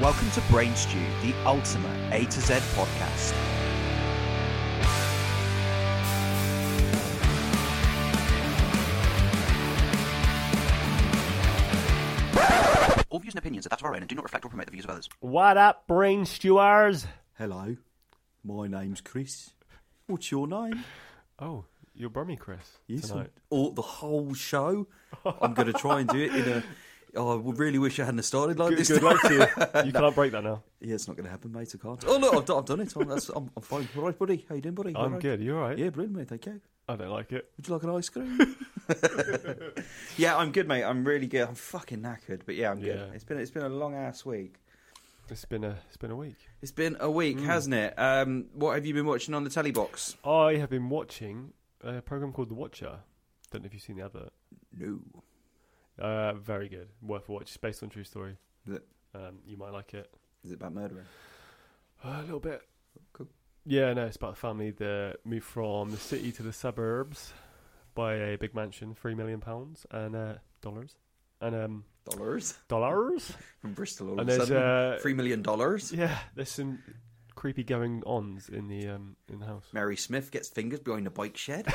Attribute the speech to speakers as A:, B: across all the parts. A: Welcome to Brain Stew, the ultimate A to Z podcast. All views and opinions are that of our own and do not reflect or promote the views of others.
B: What up, brain stewards?
C: Hello, my name's Chris. What's your name?
B: Oh, you're Brummy, Chris.
C: Yes,
B: tonight.
C: all the whole show. I'm going to try and do it in a. Oh, I would really wish I hadn't have started like
B: Good,
C: this.
B: good luck to you. You can't break that now.
C: Yeah, it's not going to happen, mate. I can't. Oh look, I've, done- I've done it. I'm, that's, I'm, I'm fine. All right, buddy. How you doing, buddy? All
B: I'm
C: right.
B: good. You all right?
C: Yeah, brilliant, mate. Thank you.
B: I don't like it.
C: Would you like an ice cream? yeah, I'm good, mate. I'm really good. I'm fucking knackered, but yeah, I'm good.
B: Yeah.
C: It's been it's been a long ass week.
B: It's been a it's been a week.
C: It's been a week, hasn't it? Um, what have you been watching on the telly box?
B: I have been watching a program called The Watcher. Don't know if you've seen the advert.
C: No.
B: Uh, very good, worth a watch. It's based on a true story.
C: Is it,
B: Um, you might like it
C: is it about murdering?
B: Uh, a little bit.
C: Cool.
B: Yeah, no, it's about a family that moved from the city to the suburbs, buy a big mansion, three million pounds and uh, dollars, and um,
C: Dollars
B: dollars.
C: from Bristol. All
B: and
C: of a
B: there's
C: sudden.
B: uh,
C: Three million dollars.
B: Yeah, there's some creepy going ons in the um, in the house.
C: Mary Smith gets fingers behind a bike shed.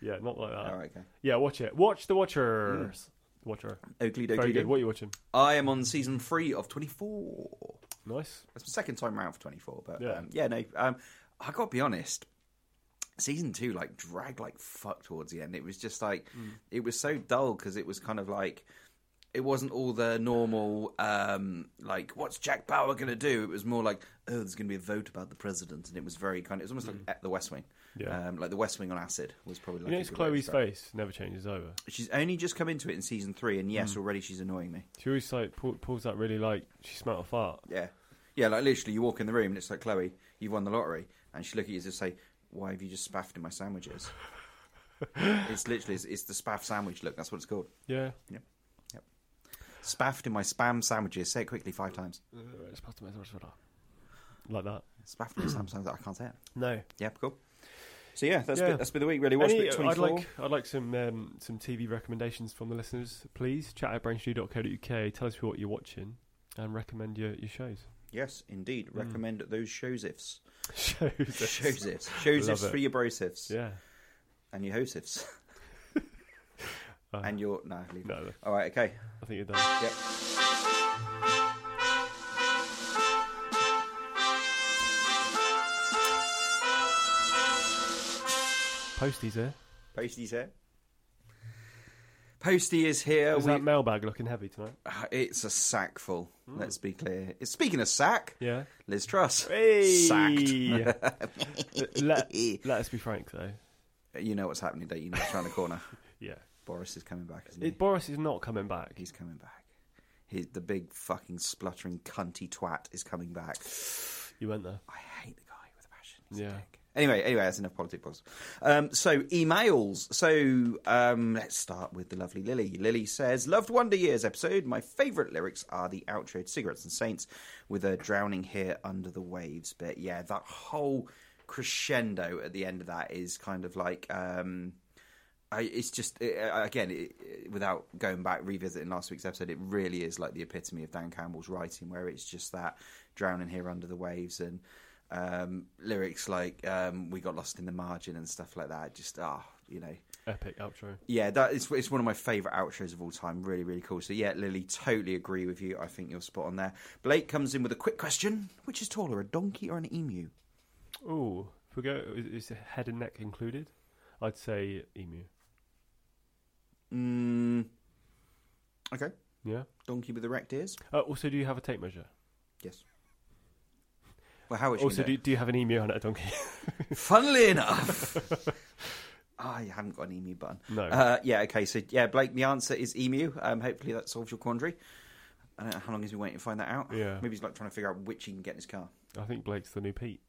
B: Yeah, not like that.
C: All right, Hmm. okay.
B: Yeah, watch it. Watch the Watchers. Watcher.
C: Oakley
B: Very
C: dokley
B: good.
C: do.
B: What are you watching?
C: I am on season three of 24.
B: Nice.
C: That's the second time round for 24, but
B: Yeah.
C: yeah, um, yeah no, um, I got to be honest. Season two like dragged like fuck towards the end. It was just like
B: Mm.
C: it was so dull because it was kind of like it wasn't all the normal um like what's Jack Bauer gonna do. It was more like oh there's gonna be a vote about the president, and it was very kind. of It was almost like the West Wing,
B: Mm. Yeah.
C: um, like the West Wing on acid was probably. Like
B: you
C: a
B: know, it's
C: good way to
B: Chloe's
C: describe it.
B: face never changes over.
C: She's only just come into it in season three, and
B: Mm.
C: yes, already she's annoying me.
B: She always like pull, pulls that really like she smelled a fart.
C: Yeah, yeah. Like literally, you walk in the room and it's like Chloe, you've won the lottery, and she look at you and just say, "Why have you just spaffed in my sandwiches?" it's literally it's, it's the spaff sandwich look. That's what it's called.
B: Yeah.
C: Spaffed in my spam sandwiches. Say it quickly five times.
B: Like that.
C: Spaffed in my spam sandwiches. I can't say it.
B: No.
C: Yeah, cool. So yeah, that's
B: Yeah.
C: Been, that's been the week. Really, watched
B: Any- uh,
C: bit
B: I'd
C: twenty four.
B: like I'd like some um, some TV recommendations from the listeners, please. Chat at brainstudio.co.uk. Tell us what you're watching and recommend your, your shows.
C: Yes,
B: Mm.
C: indeed. Recommend those shosifs.
B: shows.
C: Shosifs.
B: Love
C: Shosifs
B: it.
C: for your brosifs
B: Yeah.
C: and your hosifs.
B: Uh,
C: and your no, leave it.
B: No,
C: All right, okay.
B: I think you're done.
C: Yep.
B: Posties here.
C: Posty's here. Posty is here.
B: Is
C: We-
B: that mailbag looking heavy tonight?
C: Ah, it's a sack full.
B: Hmm.
C: Let's be clear. It's, speaking of sack,
B: Yeah.
C: Liz Truss sacked.
B: Sacked. let, let us be frank, though.
C: You know what's happening, don't you? you know what's around the corner.
B: Yeah.
C: Boris is coming back, isn't he?
B: It, Boris is not coming back.
C: He's coming back. He, the big fucking spluttering cunty twat is coming back.
B: You went there.
C: I hate the guy with a passion. He's a
B: Yeah.
C: dick. Anyway, anyway, that's enough politics. Um, so emails. So um, let's start with the lovely Lily. Lily says, "Loved Wonder Years episode. My favourite lyrics are the outro to Cigarettes and Saints with a drowning here under the waves. But yeah, that whole crescendo at the end of that is kind of like." Um, I, it's just it, uh, again it, it- without going back revisiting last week's episode, it really is like the epitome of Dan Campbell's writing, where it's just that drowning here under the waves and um, lyrics like um, "We got lost in the margin" and stuff like that. Just ah, you know,
B: Epic outro.
C: yeah, that is it's one of my favourite outros of all time. Really, really cool. So yeah, Lily, totally agree with you. I think you're spot on there. Blake comes in with a quick question: Which is taller, a donkey or an emu?
B: Ooh. If we go, is, is head and neck included? I'd say emu.
C: Mm, okay,
B: Yeah.
C: donkey with erect ears.
B: Uh, also, do you have a tape measure?
C: Yes. Well, how is she
B: also,
C: gonna
B: do, do you have an emu and a donkey?
C: Funnily enough, I haven't got an emu button.
B: No.
C: Uh, yeah. Okay. So yeah, Blake, the answer is emu. Um, hopefully that solves your quandary. I don't know how long he's been waiting to find that out.
B: Yeah.
C: Maybe he's like trying to figure out which he can get in his car.
B: I think Blake's the new Pete.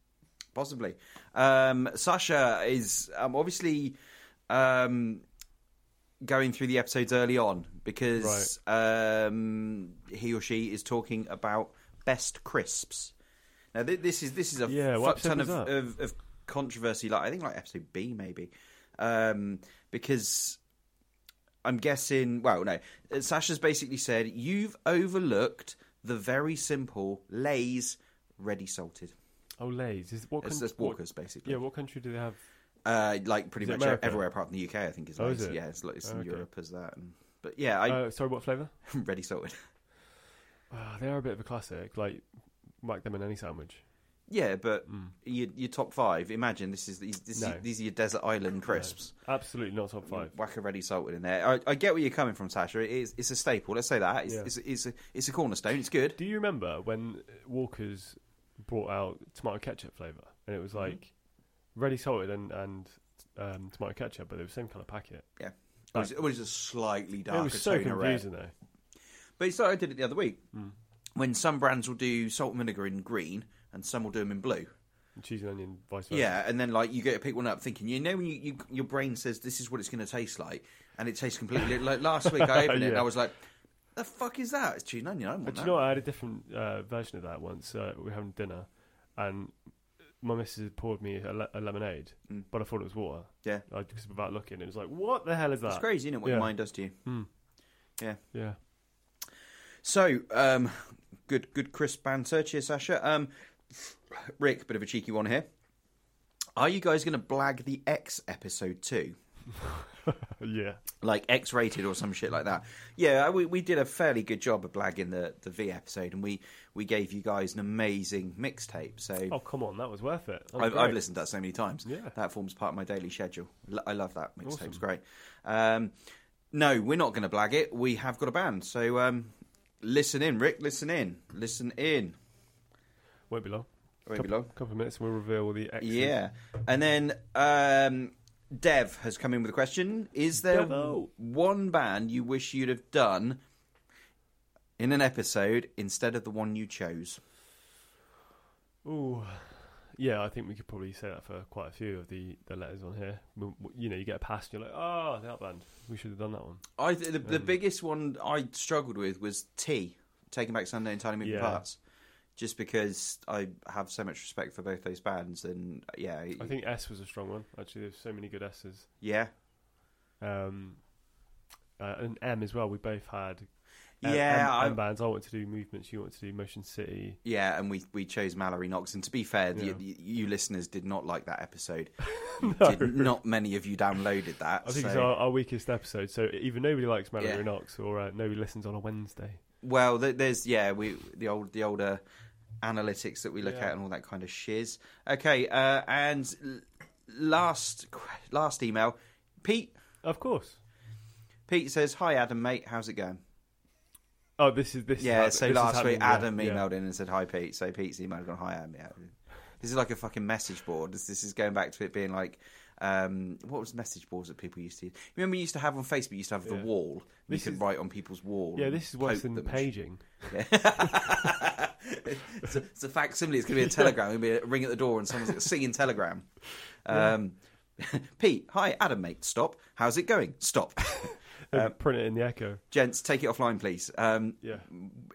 C: Possibly. Um, Sasha is um, obviously um, going through the episodes early on because um, he or she is talking about best crisps. Now th- this is this is a
B: Yeah, what
C: fuck ton of,
B: episode was that?
C: of, of controversy. Like I think like episode B maybe um, because I'm guessing. Well, no. Sasha's basically said you've overlooked the very simple Lay's ready salted.
B: Oh, Lay's. Is what
C: It's
B: coun-
C: just Walkers, basically.
B: What, yeah, what country do they have?
C: Uh, like pretty
B: Is it
C: much
B: America?
C: everywhere apart from the UK, I think is
B: Oh,
C: Lay's.
B: is it?
C: Yeah, it's, like- it's in
B: Okay.
C: Europe as that. And, but yeah, I
B: Uh, sorry, what flavour?
C: ready salted.
B: Ah, they are a bit of a classic. Like, whack them in any sandwich.
C: Yeah, but your, your top five. Imagine this is these this
B: Hmm. No.
C: is, these are your desert island crisps.
B: Absolutely not top five.
C: Whack a ready salted in there. I, I get where you're coming from, Sasha. It is it's a staple. Let's say that it's
B: Yeah.
C: it's, it's, a, it's a cornerstone. It's good.
B: Do you remember when Walker's brought out tomato ketchup flavour? And it was like ready salted and, and um, tomato ketchup, but they were the same kind of packet.
C: Yeah, it was, it was a slightly darker
B: it was so
C: tone of red.
B: confusing, Hmm. though.
C: But it's like I did it the other week when some brands will do salt and vinegar in green and some will do them in blue.
B: And cheese and onion, vice versa.
C: Yeah, and then like you get to pick one up thinking, you know, when you, you your brain says this is what it's going to taste like, and it tastes completely like last week I opened it and
B: Yeah.
C: I was like, the fuck is that? It's cheese and onion. I don't want
B: But do
C: that.
B: you know what? I had a different uh, version of that once. Uh, we were having dinner, and my missus had poured me a, le- a lemonade,
C: Mm.
B: but I thought it was water.
C: Yeah.
B: I just without looking, it was like, what the hell is that?
C: It's crazy, isn't it? What your
B: Yeah. Hmm.
C: mind does to you.
B: Yeah.
C: So, um, good, good crisp banter. Cheers, Sasha. Um, Rick, bit of a cheeky one here. Are you guys going to blag the X episode too?
B: yeah.
C: Like X rated or some shit like that. Yeah, we, we did a fairly good job of blagging the, the V episode and we, we gave you guys an amazing mixtape. So
B: Oh, come on. That was worth it. That was
C: I've, I've
B: great.
C: listened to that so many times.
B: Yeah.
C: That forms part of my daily schedule. L- I love that. Mixtape's
B: Awesome.
C: great. Um, no, we're not going to blag it. We have got a band. So um, listen in, Rick. Listen in. Listen in.
B: Won't be long.
C: Won't be
B: Couple-
C: long.
B: Couple of minutes, and we'll reveal the X.
C: Yeah. And then um, Dev has come in with a question Is there
B: Devo.
C: one band you wish you'd have done in an episode instead of the one you chose?
B: Ooh. Yeah, I think we could probably say that for quite a few of the, the letters on here. M- m- You know, you get a pass and you're like, oh, that band. We should have done that one.
C: I th- the, the biggest one I struggled with was T, Taking Back Sunday and Tiny Moving
B: Yeah.
C: Parts, just because I have so much respect for both those bands, and yeah,
B: I think S was a strong one. Actually, there's so many good S's.
C: yeah,
B: um, uh, and M as well. We both had uh, M-
C: yeah,
B: M,
C: I-
B: M bands. I wanted to do movements. You wanted to do Motion City.
C: yeah, and we we chose Mallory Knox, and to be fair, the,
B: Yeah.
C: you, you listeners did not like that episode. You did, not many of you downloaded that.
B: I think it's
C: so-
B: our, our weakest episode. So either nobody likes Mallory
C: Yeah.
B: Knox or uh, nobody listens on a Wednesday.
C: Well, th- there's yeah, we the old the older analytics that we look
B: Yeah.
C: at and all that kind of shiz. Okay, uh, and l- last que- last email, Pete.
B: Of course.
C: Pete says, "Hi Adam, mate. How's it going?"
B: Oh, this is this.
C: Yeah.
B: is,
C: so
B: this is
C: last
B: happening,
C: week, Adam
B: yeah,
C: emailed in and said, "Hi Pete." So Pete's emailed gone, "Hi Adam." Yeah. This is like a fucking message board. This, this is going back to it being like, um, what was message boards that people used to? Use? Remember, you used to have on Facebook. You used to have the
B: Yeah.
C: wall. You
B: This
C: could
B: is-
C: write on people's wall.
B: Yeah,
C: and
B: this is worse
C: poke
B: than
C: them and
B: paging.
C: it's, a, it's a facsimile. It's going to be a telegram. It'll be a ring at the door, and someone's like, singing telegram. Um, Pete, hi, Adam, mate. Stop. How's it going? Stop,
B: They
C: Uh,
B: print it in the Echo.
C: gents. Take it offline, please. Um,
B: Yeah.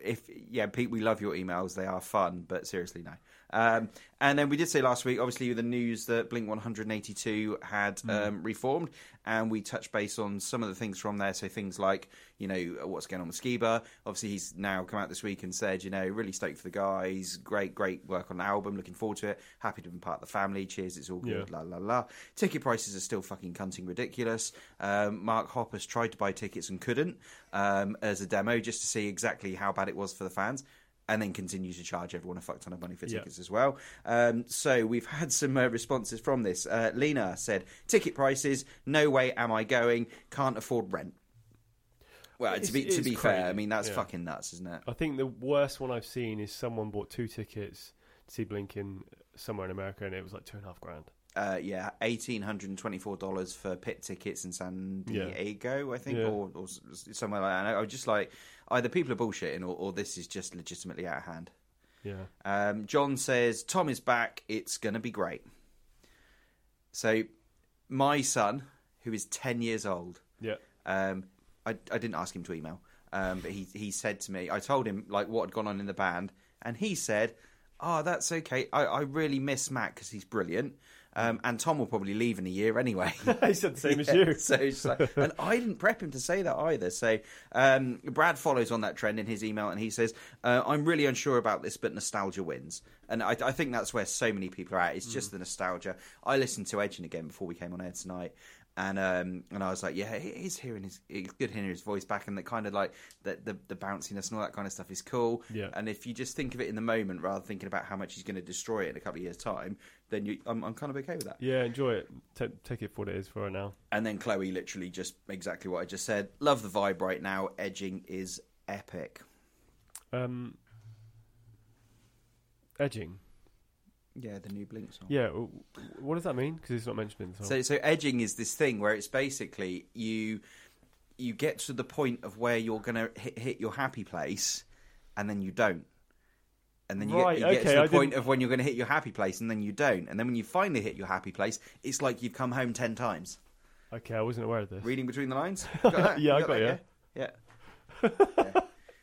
C: If yeah, Pete, we love your emails. They are fun, but seriously, no. Um, and then we did say last week, obviously, the news that Blink 182 had um, reformed, and we touched base on some of the things from there. So things like, you know, what's going on with Skiba. Obviously, he's now come out this week and said, you know, really stoked for the guys. Great, great work on the album. Looking forward to it. Happy to be part of the family. Cheers, it's all good.
B: Yeah.
C: La la la. Ticket prices are still fucking cunting ridiculous. Um, Mark Hoppus tried to buy tickets and couldn't um, as a demo just to see exactly how bad it was for the fans. And then continue to charge everyone a fuck ton of money for
B: Yeah.
C: tickets as well. Um, so we've had some uh, responses from this. Uh, Lena said, "Ticket prices, no way am I going. Can't afford rent." Well,
B: It's-
C: to be
B: it
C: to
B: is
C: be fair, I
B: crazy.
C: mean that's
B: Yeah.
C: fucking nuts, isn't it?
B: I think the worst one I've seen is someone bought two tickets to see Blinken somewhere in America, and it was like two and a half grand.
C: uh, yeah, eighteen hundred and twenty-four dollars for pit tickets in San
B: Yeah.
C: Diego, I think,
B: Yeah.
C: or, or s- s- somewhere like that. And I was just like, either people are bullshitting, or, or this is just legitimately out of hand.
B: Yeah.
C: Um, John says Tom is back. It's gonna be great. So, my son, who is ten years old,
B: Yeah.
C: um, I, I didn't ask him to email, um, but he he said to me, I told him like what had gone on in the "Ah, band, and he said, "Oh, that's okay. I, I really miss Matt because he's brilliant." Um, and Tom will probably leave in a year anyway.
B: he said the same as
C: Yeah,
B: you.
C: So it's just like, and I didn't prep him to say that either. So um, Brad follows on that trend in his email, and he says, uh, "I'm really unsure about this, but nostalgia wins." And I, I think that's where so many people are at. It's
B: Mm.
C: just the nostalgia. I listened to Edging again before we came on air tonight. And um, and I was like, yeah, it is hearing his, it's good hearing his voice back, and that kind of like the, the the bounciness and all that kind of stuff is cool.
B: Yeah.
C: And if you just think of it in the moment rather than thinking about how much he's going to destroy it in a couple of years' time, then you, I'm, I'm kind of okay with that.
B: Yeah, enjoy it. Ta take it for what it is for right now.
C: And then Chloe literally just exactly what I just said. Love the vibe right now. Edging is epic.
B: Um, edging.
C: Yeah, the new Blink song.
B: Yeah, w- w- what does that mean? Because it's not mentioned in the song.
C: So so edging is this thing where it's basically you you get to the point of where you're going to hit, hit your happy place and then you don't. And then you,
B: Right,
C: get, you get
B: okay,
C: to
B: I
C: the point
B: didn't-
C: of when you're going to hit your happy place and then you don't. And then when you finally hit your happy place, it's like you've come home 10 times.
B: okay, I wasn't aware of this.
C: Reading between the lines? Got that?
B: Yeah, I
C: You
B: got
C: that, Yeah. yeah. Yeah.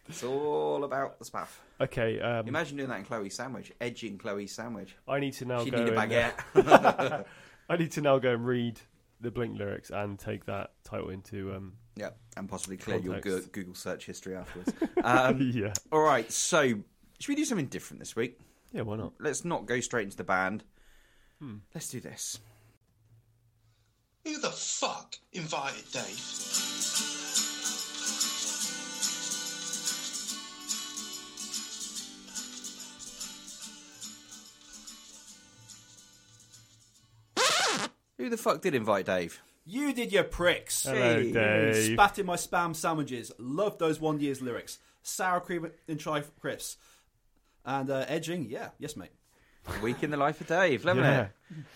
C: It's all about the spaff.
B: Okay, um,
C: Imagine doing that in Chloe's sandwich, edging Chloe's sandwich.
B: I need to now
C: She'd
B: Oh, go.
C: need a
B: and, uh,
C: baguette.
B: I need to now go and read the Blink lyrics and take that title into. Um,
C: yeah, and possibly clear your Goo-
B: Context.
C: Google search history afterwards. Um,
B: yeah,
C: all right, so should we do something different this week?
B: yeah, why not?
C: Let's not go straight into the band.
B: Hmm.
C: Let's do this.
D: Who the fuck invited Dave?
C: Who the fuck did invite Dave?
E: You did your pricks.
B: Hello,
C: Hey.
B: Dave.
E: Spat in my spam sandwiches. Love those one year's lyrics. Sour cream and chive crisps. And uh, edging, yeah, yes, mate.
C: Week in the life of Dave, loving
B: Yeah.
C: it.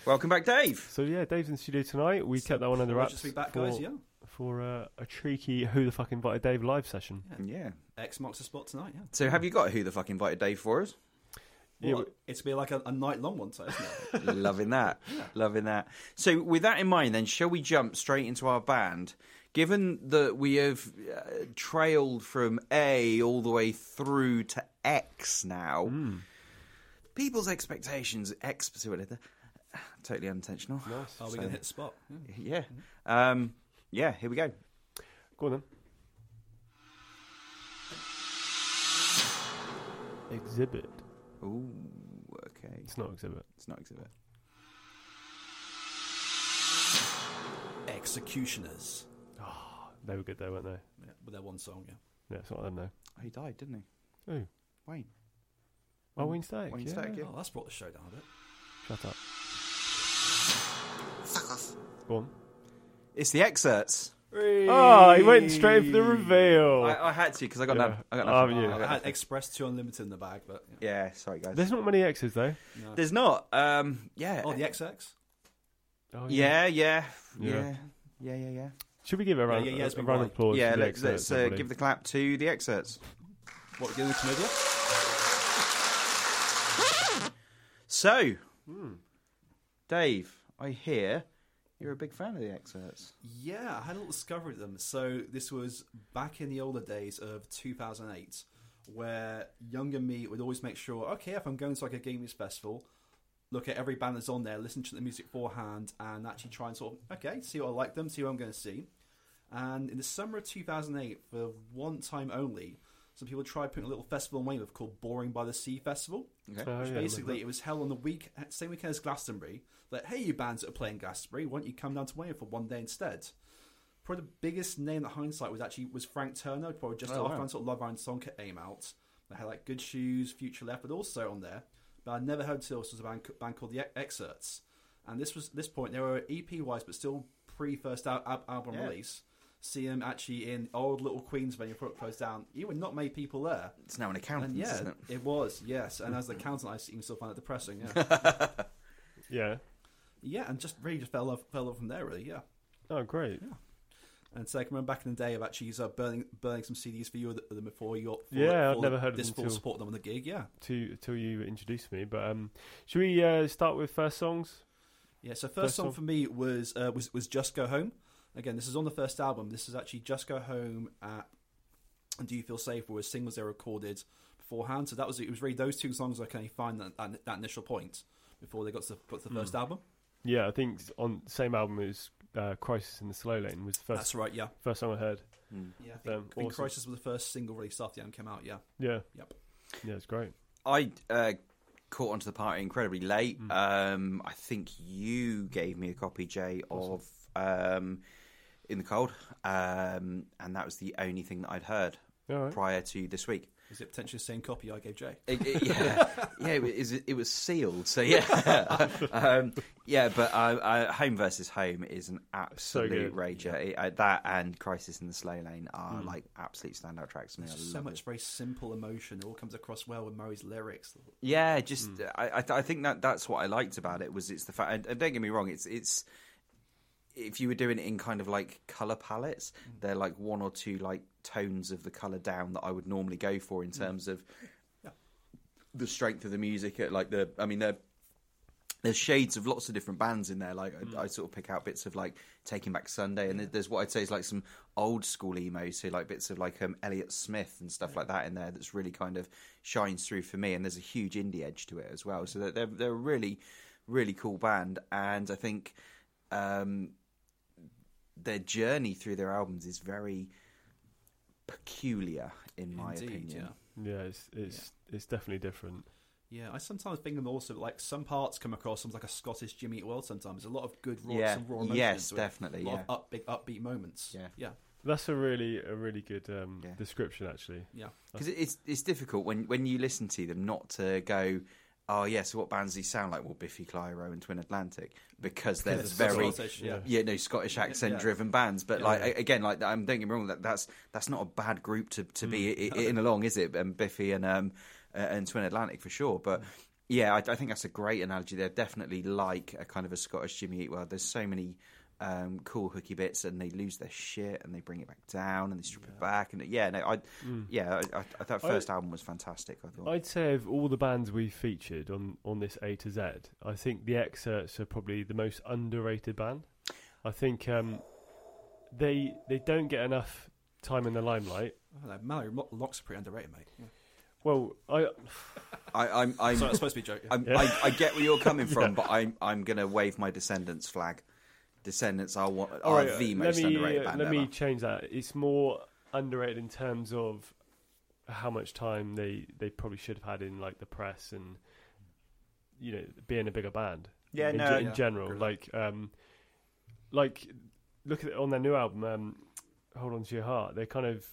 C: Welcome back, Dave.
B: So yeah, Dave's in the studio tonight. We kept that one under
E: We'll
B: wraps
E: just be back,
B: for,
E: guys. Yeah,
B: for uh, a cheeky "Who the fuck invited Dave?" live session.
C: Yeah.
E: X marks the spot tonight. Yeah,
C: So have you got who the fuck invited Dave for us?
B: Yeah,
E: Well, it's be like a, a night long one, so isn't it?
C: Loving that. Loving that. So, with that in mind, then, shall we jump straight into our band? Given that we have uh, trailed from A all the way through to X now, people's expectations, X specifically, they're totally unintentional.
E: Are we going to Oh, hit the spot? Yeah.
C: Yeah. Um, yeah, here we go.
B: Go on then. Exhibit.
C: Ooh, okay.
B: It's not exhibit.
C: It's not exhibit.
E: Executioners.
B: They were good though, weren't they?
E: Yeah, with their one song, yeah.
B: Yeah, it's not them though.
C: Oh, he died, didn't he?
B: Ooh.
C: Wayne.
B: Oh, Wayne Stack.
C: Wayne
B: yeah.
C: Stack, yeah.
E: Oh, that's brought the show down a bit.
B: Shut up.
D: Fuck off.
B: Go on.
C: It's the excerpts.
B: Oh, he went straight for the reveal.
C: I, I had to because I got
B: Yeah.
C: none. I got nothing.
B: Oh, yeah.
C: I
E: I
C: got
E: had
C: nothing.
E: Express 2 Unlimited in the bag, but. Yeah.
C: Yeah, sorry, guys.
B: There's not many X's though.
C: There's not. Um, yeah.
E: Oh, the XX?
B: Oh,
C: yeah, yeah, yeah,
B: Yeah.
C: yeah, yeah, yeah, yeah.
B: Should we give it a round,
E: yeah, yeah, it's
B: a
E: been
B: round of
E: wide.
B: applause? for the
C: let's,
B: excerpts,
C: let's uh,
B: everybody?
C: give the clap to the excerpts.
E: What, the other comedian?
C: So,
B: Hmm.
C: Dave, I hear you're a big fan of the excerpts.
E: Yeah, I had a little discovery of them. So this was back in the older days of 2008, where younger me would always make sure, okay, if I'm going to like a gaming festival, look at every band that's on there, listen to the music beforehand, and actually try and sort of, okay, see what I like them, see what I'm going to see. And in the summer of 2008, for one time only, some people tried putting a little festival in Weymouth called Boring by the Sea Festival.
B: Oh,
E: Which
B: yeah,
E: basically, it was held on the week same weekend as Glastonbury. Like, hey, you bands that are playing Glastonbury, why don't you come down to Weymouth for one day instead? Probably the biggest name that hindsight was actually was Frank Turner. Probably
C: Oh,
E: just after wow. sort of Love Iron song came out. They had like Good Shoes, Future Left, but also on there. But I'd never heard till this was a band, band called the Ex- Excerpts, and this was this point they were EP wise, but still pre first al- al- album
C: Yeah.
E: release. See them actually in old little Queens venue, probably closed down. You would not many people there.
C: It's now an accountant,
E: And Uh, yeah,
C: Oh, isn't it?
E: it was, yes. And as the accountant, I even still find it depressing. Yeah,
B: Yeah.
E: yeah, and just really just fell off, fell off from there, really. Yeah.
B: Oh, great.
E: And so I can remember back in the day of actually uh, burning burning some CDs for you of them before you. for-
B: Yeah, I'd
E: for
B: never heard of
E: this
B: them
E: full
B: till-
E: support them on the gig. Yeah,
B: Till till you introduced me, but um, should we uh, start with first songs?
E: yeah. So first,
B: First
E: song
B: song.
E: for me was uh, was was Just Go Home. Again, this is on the first album. This is actually Just Go Home at and Do You Feel Safe were singles they recorded beforehand. So that
B: Hmm.
E: was it was really those two songs I can find at, at that initial point before they got to the, got to the first album.
B: Yeah, I think s- on same album as uh, Crisis in the Slow Lane was the first
E: That's right, yeah.
B: first song I heard.
E: Yeah, I think,
B: Um,
E: I think
B: awesome.
E: Crisis was the first single released after the album came out. Yeah,
B: Yeah,
E: yep.
B: yeah, it's great.
C: I uh, caught onto the party incredibly late.
B: Mm.
C: Um, I think you gave me a copy, Jay, of um, In the Cold, um, and that was the only thing that I'd heard
B: All right.
C: prior to this week.
E: Is it potentially the same copy I gave Jay?
C: It, it- yeah, yeah, it was, it was sealed, so yeah, um, yeah. But uh, uh, Home versus Home is an
B: good.
C: absolute
B: Mm.
C: rager. It- uh, that and Crisis in the Slow Lane are like absolute standout tracks. to me. I
E: There's just so
C: love
E: much very simple emotion. It all comes across well with Murray's lyrics.
C: Yeah, just I, I, th- I think that that's what I liked about it was it's the fact, and, and don't get me wrong, it's it's if you were doing it in kind of like color palettes, they're like one or two like tones of the color down that I would normally go for in terms of
E: Yeah.
C: the strength of the music. uh, Like the, I mean, they're there's shades of lots of different bands in there. Like I, I sort of pick out bits of like Taking Back Sunday, and there's what I'd say is like some old school emo, so like bits of like um, Elliot Smith and stuff like that in there. That's really kind of shines through for me, and there's a huge indie edge to it as well. So they're they're, they're a really really cool band, and I think um, their journey through their albums is very peculiar, in my opinion.
E: yeah.
B: Yeah, it's it's it's definitely different.
E: Yeah, I sometimes think of also like some parts come across as like a Scottish Jimmy Eat World. Sometimes a lot of good raw,
C: Yeah.
E: some raw emotion
C: Yes,
E: into it.
C: definitely,
E: A lot
C: yeah.
E: of up, big upbeat moments.
C: Yeah.
E: yeah,
B: That's a really a really good um,
C: Yeah.
B: description actually.
E: yeah.
C: because it's it's difficult when when you listen to them not to go. Oh yeah, so what bands these sound like? Well, Biffy Clyro and Twin Atlantic because they're
E: It's
C: very
E: Scottish, yeah.
C: yeah no Scottish accent driven bands. But like a- again, like I'm don't get me wrong that that's that's not a bad group to to be i- i- in along, is it? And Biffy and um uh, and Twin Atlantic for sure. But yeah, I, I think that's a great analogy. They're definitely like a kind of a Scottish Jimmy Eat World. There's so many. Um, cool hooky bits, and they lose their shit, and they bring it back down, and they strip it back, and yeah, no, I, yeah, I, I, I, that
B: I-
C: first album was fantastic. I thought.
B: I'd say of all the bands we featured on on this A to Z, I think the Excerpts are probably the most underrated band. I think um, they they don't get enough time in the limelight.
E: I don't know. Mallory Lo- Locke's pretty underrated, mate. Yeah.
B: Well, I
C: I, I'm, I'm,
E: Sorry, it's supposed to be joking.
C: I'm, I, I get where you're coming from, but I'm, I'm gonna wave my Descendants flag. Descendants are what are
B: Alright,
C: the
B: uh,
C: most
B: let me,
C: underrated
B: uh,
C: band
B: Let
C: ever.
B: me change that. It's more underrated in terms of how much time they, they probably should have had in like the press and you know being a bigger band.
C: Yeah,
B: in,
C: no,
B: in
E: yeah,
B: general,
E: agree.
B: like um, like look at on their new album, um, Hold On to Your Heart. They kind of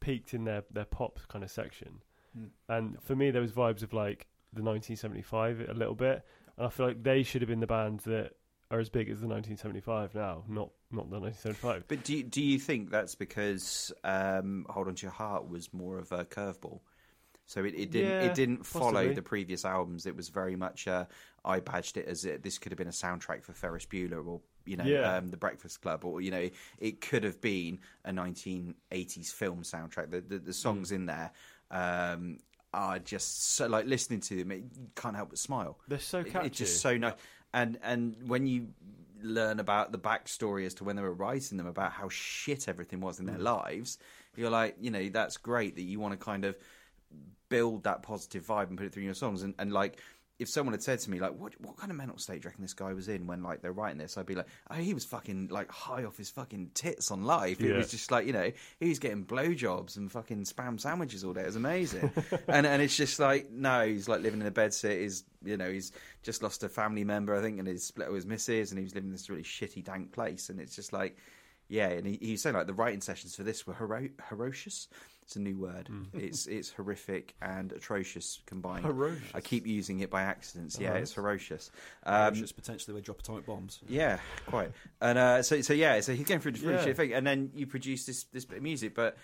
B: peaked in their their pop kind of section,
E: Mm.
B: and for me, there was vibes of like the 1975 a little bit, and I feel like they should have been the band that are as big as the 1975 now, not not the 1975.
C: But do you, do you think that's because um, Hold On to Your Heart was more of a curveball? So it, it didn't
B: Yeah,
C: it didn't follow
B: possibly.
C: the previous albums. It was very much uh, I badged it as it, this could have been a soundtrack for Ferris Bueller or you know
B: Yeah.
C: um, the Breakfast Club or you know it, could have been a 1980s film soundtrack. The the, the
B: Mm.
C: songs in there um, are just so like listening to them, it, you can't help but smile.
B: They're so
C: It-
B: catchy.
C: It's just so nice. And and when you learn about the backstory as to when they were writing them, about how shit everything was in
B: Mm.
C: their lives, you're like, you know, that's great that you want to kind of build that positive vibe and put it through your songs. And, and like, if someone had said to me, like, what what kind of mental state do you reckon this guy was in when like they're writing this? I'd be like, oh, he was fucking like high off his fucking tits on life. It
B: Yeah.
C: was just like, you know, he was getting blowjobs and fucking spam sandwiches all day. It was amazing. and and it's just like, no, he's like living in a bed sit. He's you know he's just lost a family member, I think, and he's split with his missus, and he was living in this really shitty dank place. And it's just like. Yeah, and he, he was saying like the writing sessions for this were hero- ferocious. It's a new word. It's it's horrific and atrocious combined.
B: Ferocious.
C: I keep using it by accident. Yeah,
B: Alright.
C: it's ferocious. Um,
E: Just potentially they drop atomic bombs.
C: yeah, quite. And uh, so so yeah, so he's going through this really
B: Yeah.
C: shit thing, and then you produce this this bit of music. But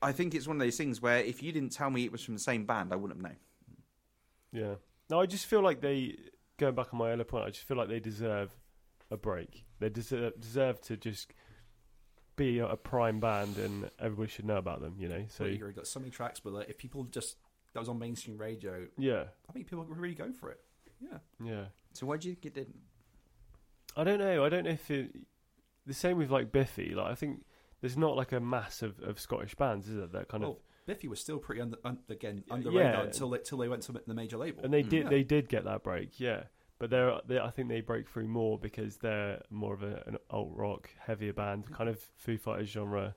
C: I think it's one of those things where if you didn't tell me it was from the same band, I wouldn't have known.
B: Yeah. No, I just feel like they going back on my earlier point. I just feel like they deserve a break. They deserve deserve to just be a, a prime band, and everybody should know about them. You know. So
E: So you got so many tracks, but like, if people just that was on mainstream radio,
B: yeah,
E: I think people would really go for it. Yeah,
B: yeah.
C: So why do you think it didn't?
B: I don't know. I don't know if it, the same with like Biffy. Like I think there's not like a mass of, of Scottish bands, is there? That kind
E: well, Oh, Biffy was still pretty under, un, again under
B: yeah.
E: radar until they, till they went to the major label.
B: of, and they
C: Mm.
B: did
E: oh, Yeah.
B: they did get that break. Yeah. But they're, they I think they break through more because they're more of a, an alt rock, heavier
E: Mm.
B: band, kind of Foo Fighters genre.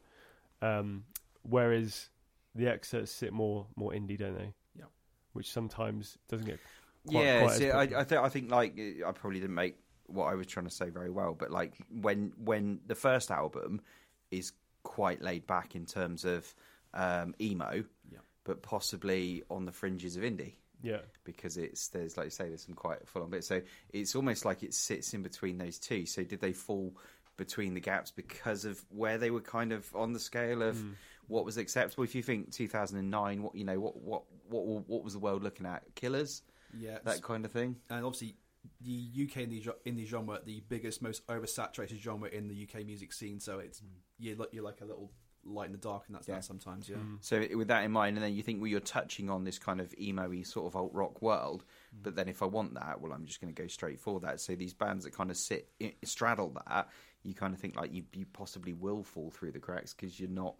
B: Um, whereas the excerpts sit more more indie, don't they?
E: Yeah.
B: Which sometimes doesn't get. Quite,
C: yeah,
B: quite as
C: see, I,
B: popular.
C: I, th- I think like I probably didn't make what I was trying to say very well, but like when when the first album is quite laid back in terms of um, emo,
E: Yeah.
C: but possibly on the fringes of indie
B: yeah,
C: because it's there's like you say there's some quite full on bits. So it's almost like it sits in between those two. So did they fall between the gaps because of where they were kind of on the scale of what was acceptable? If you think 2009, what you know, what what what what was the world looking at? Killers,
E: Yeah,
C: that kind of thing.
E: and obviously the UK indie, gen- indie genre, the biggest, most oversaturated genre in the UK music scene. So it's you're, li- you're like a little light in the dark, and that's
C: Mm. Yeah.
E: that sometimes. Yeah,
C: So it- with that in mind, and then you think, well, you're touching on this kind of emo-y sort of alt rock world, but then if I want that, well, I'm just going to go straight for that. So these bands that kind of sit i- straddle that, you kind of think like you, you possibly will fall through the cracks because you're not,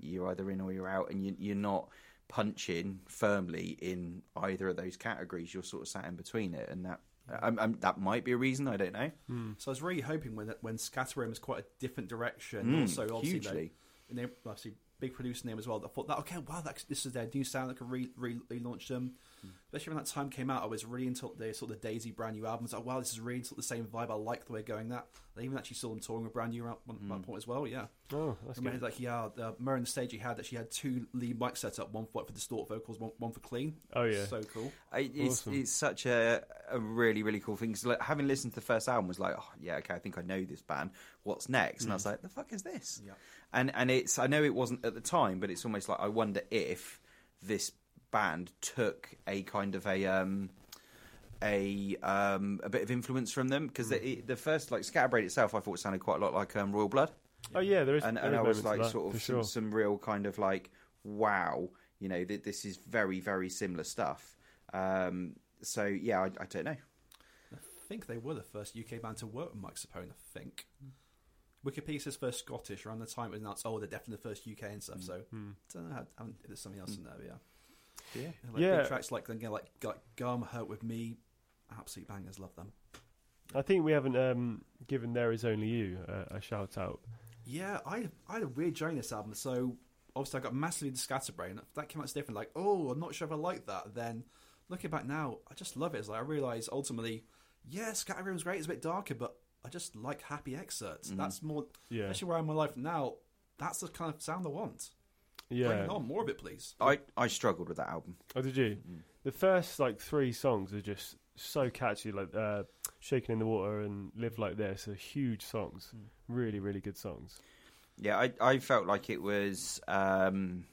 C: you're either in or you're out, and you, you're not punching firmly in either of those categories. You're sort of sat in between it, and that I'm, I'm, that might be a reason. I don't know.
E: So I was really hoping when when Scatterhymn was quite a different direction.
C: Mm,
E: also, obviously, they-
C: hugely.
E: and they obviously big producer name as well. I thought that okay, wow, that's, this is their new sound. They could re, re, relaunch them.
C: Mm.
E: Especially when that time came out, I was really into the sort of the Daisy brand new albums. Like, wow, this is really sort of the same vibe. I like the way they're going that. I even actually saw them touring with brand new at one,
C: Mm.
E: one point as well. Yeah,
B: oh, that's
E: I
B: good.
E: mean, like yeah, the Mer on uh, the stage he had that she had two lead mics set up, one for, for distort vocals, one, one for clean.
B: Oh, yeah.
E: so cool.
C: I- It's
B: Awesome.
C: it's such a a really really cool thing. 'Cause, like, having listened to the first album was like, oh, yeah, okay, I think I know this band. What's next? And I was like, the fuck is this?
E: Yeah.
C: And and it's I know it wasn't at the time, but it's almost like I wonder if this band took a kind of a um a um a bit of influence from them because the, the first like Scatterbrain itself I thought sounded quite a lot like um, Royal Blood
B: oh yeah, there is.
C: and,
B: there
C: and
B: is
C: I was
B: moments of
C: like
B: that,
C: sort
B: for
C: of
B: sure.
C: some, some real kind of like wow you know that this is very very similar stuff um so yeah I, I don't know
E: I think they were the first UK band to work with Mike Sapone, I think.
B: Hmm.
E: Wikipedia says first Scottish around the time it was announced, oh, they're definitely the first UK and stuff, so don't know how, I mean, if there's something else in there, but yeah.
C: yeah
E: And,
B: Hmm.
E: like,
B: Yeah.
E: Big tracks like, you know, like, like Gum Hurt With Me, absolute bangers, love them.
B: I think we haven't um, given "There Is Only You" uh, a, a shout out.
E: Yeah, I, I had a weird journey this album, so obviously I got massively into Scatterbrain. That came out as different, like, oh, I'm not sure if I like that. Then, looking back now, I just love it. It's like, I realise ultimately, yeah, Scatterbrain was great, it's a bit darker, but I just like happy excerpts. That's more...
B: Mm-hmm. Yeah,
E: Especially where I'm in my life now, that's the kind of sound I want. Bring
B: yeah.
E: it on, more of it, please.
C: I, I struggled with that album
B: Oh, did you? The first like three songs are just so catchy, like uh, "Shaking in the Water" and "Live Like This" are huge songs. Really, really good songs.
C: yeah I, I felt like it was um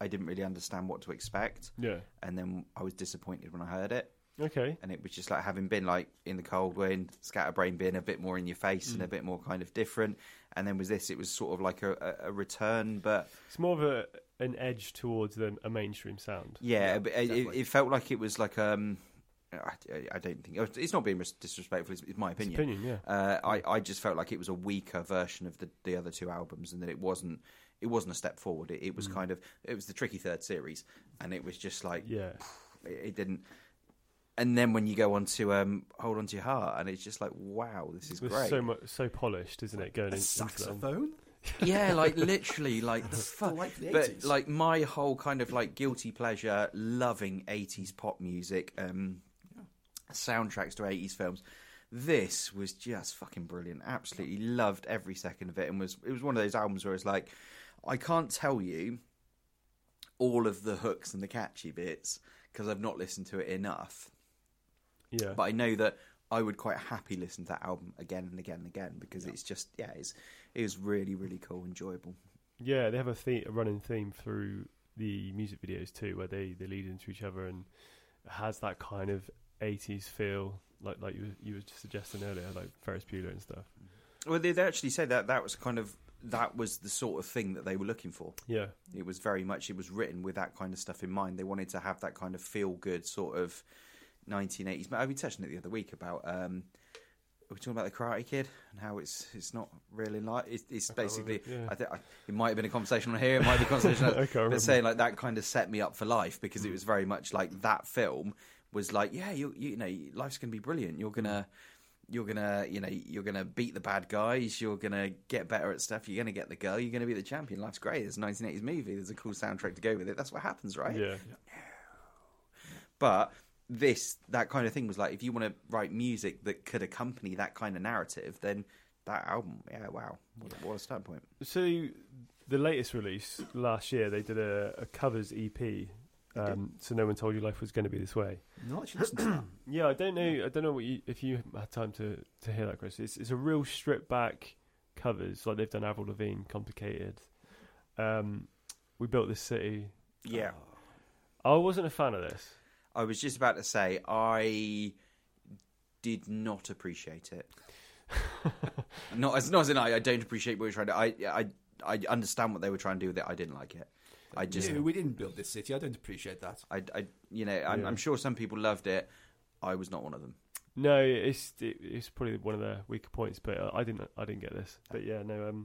C: I didn't really understand what to expect
B: Yeah.
C: and then I was disappointed when I heard it
B: Okay.
C: and it was just like having been like in the cold wind, scatterbrain being a bit more in your face
B: Mm.
C: and a bit more kind of different. And then with this, it was sort of like a, a, a return, but
B: It's more of a an edge towards an, a mainstream sound.
C: yeah, but uh, it, it,
E: definitely.
C: it felt like it was like um, I, I don't think it's not being dis- disrespectful. It's, it's my
B: It's
C: opinion.
B: opinion, yeah.
C: Uh, I I just felt like it was a weaker version of the the other two albums, and that it wasn't. It wasn't a step forward. It, it
B: Mm.
C: was kind of it was the tricky third series, and it was just like
B: Yeah.
C: it, it didn't. And then when you go on to um, hold on to your heart, and it's just like, wow, this is
B: It's
C: great.
B: so much, so polished, isn't it? Going in,
E: A
B: into that.
E: saxophone?
C: yeah, like literally, like the fuck.
E: like the
C: But
E: 80s.
C: like my whole kind of like guilty pleasure, loving eighties pop music, um, soundtracks to eighties films. This was just fucking brilliant. Absolutely loved every second of it, and was it was one of those albums where it's like, I can't tell you all of the hooks and the catchy bits because I've not listened to it enough
B: Yeah.
C: but I know that I would quite happy listen to that album again and again and again because it's just yeah, it's it was really really cool, enjoyable.
B: Yeah, they have a, the- a running theme through the music videos too, where they, they lead into each other and it has that kind of '80s feel, like like you you were suggesting earlier, like Ferris Bueller and stuff.
C: Well, they, they actually say that that was kind of that was the sort of thing that they were looking for.
B: Yeah,
C: It was very much it was written with that kind of stuff in mind. They wanted to have that kind of feel good sort of 1980s. But I was touching it the other week about um we were talking about the Karate Kid and how it's it's not really like it's, it's basically
B: remember, yeah.
C: I think I- it might have been a conversation on here, it might be a conversation
B: I can't
C: on,
B: remember.
C: but saying like that kind of set me up for life because it was very much like that film was like, yeah, you you know, life's gonna be brilliant. You're gonna you're gonna you know you're gonna beat the bad guys. You're gonna get better at stuff. You're gonna get the girl. You're gonna be the champion. Life's great. It's a 1980s movie. There's a cool soundtrack to go with it. That's what happens, right?
B: Yeah.
C: but this that kind of thing was like if you want to write music that could accompany that kind of narrative then that album yeah wow what, what a starting point
B: So the latest release last year, they did a, a covers EP. Um, so no one told you life was going to be this way.
E: No, I should listen to that.
B: Yeah, I don't know. I don't know what you, if you had time to, to hear that, Chris. It's it's a real stripped back covers like they've done Avril Lavigne, complicated. Um, we built this city.
C: yeah
B: I wasn't a fan of this.
C: i was just about to say i did not appreciate it not as not as in i, I don't appreciate what you're trying to I, I i understand what they were trying to do with it i didn't like it i just
E: No, we didn't build this city. I don't appreciate that.
C: I, I you know I'm,
B: Yeah.
C: I'm sure some people loved it i was not one of them
B: No, it's it, it's probably one of their weaker points, but I, I didn't I didn't get this. But yeah, no. Um,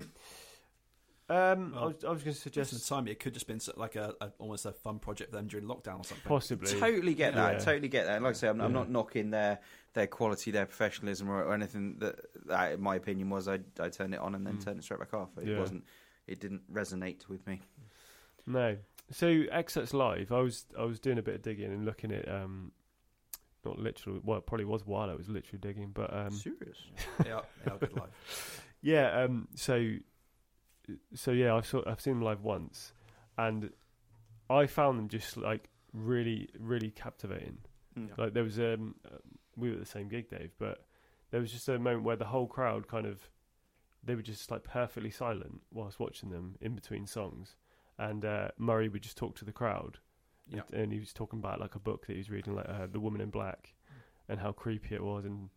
B: um, I
E: Well,
B: was, I was going to
E: Just in
B: suggest
E: time, it could just been sort of like a, a almost a fun project for them during lockdown or something.
B: possibly.
C: Totally get that.
B: Yeah.
C: Totally get that. Like I say, I'm, I'm
B: Yeah.
C: not knocking their their quality, their professionalism, or, or anything that, that, in my opinion, was. I I turned it on and then turned it straight back off. It
B: Mm. Yeah.
C: wasn't. It didn't resonate with me.
B: No. So XX Live, I was I was doing a bit of digging and looking at um, not literal. Well, it probably was while I was literally digging, but um,
C: Serious.
E: They are, they are good life.
B: yeah. Um, so so yeah, I've saw, I've seen them live once, and I found them just like really really captivating.
C: Mm.
B: Like there was um, uh, we were at the same gig, Dave, but there was just a moment where the whole crowd kind of they were just like perfectly silent whilst watching them in between songs, and uh, Murray would just talk to the crowd,
E: Yeah.
B: and, and he was talking about like a book that he was reading, like uh, The Woman in Black, and how creepy it was, and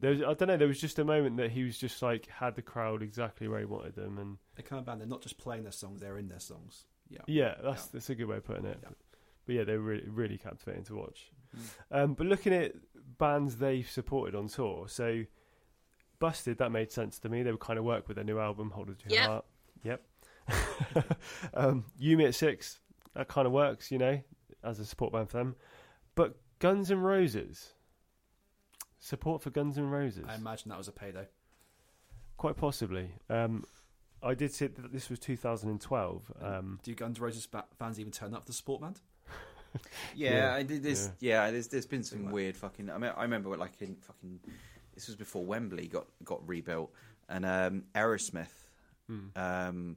B: there was I don't know, there was just a moment that he was just like had the crowd exactly where he wanted them, and
E: They're kind of band. They're not just playing their songs; they're in their songs. Yeah.
B: yeah, that's that's a good way of putting it.
E: Yeah.
B: But yeah, they were really, really captivating to watch. Um, but looking at bands they've supported on tour, so Busted, that made sense to me. They would kind of work with their new album, Hold It to Your
F: Yep.
B: Heart. Yep. um, Yumi at Six, that kind of works, you know, as a support band for them. But Guns N' Roses, support for Guns N' Roses,
E: I imagine that was a payday.
B: quite possibly. Um, I did say that this was 2012. Um,
E: Do Guns N' Roses ba- fans even turn up for the support band?
C: Yeah,
B: Yeah.
C: I did this. Yeah, there's there's been some weird fucking. I mean, I remember like in fucking. This was before Wembley got got rebuilt, and um, Aerosmith. Um,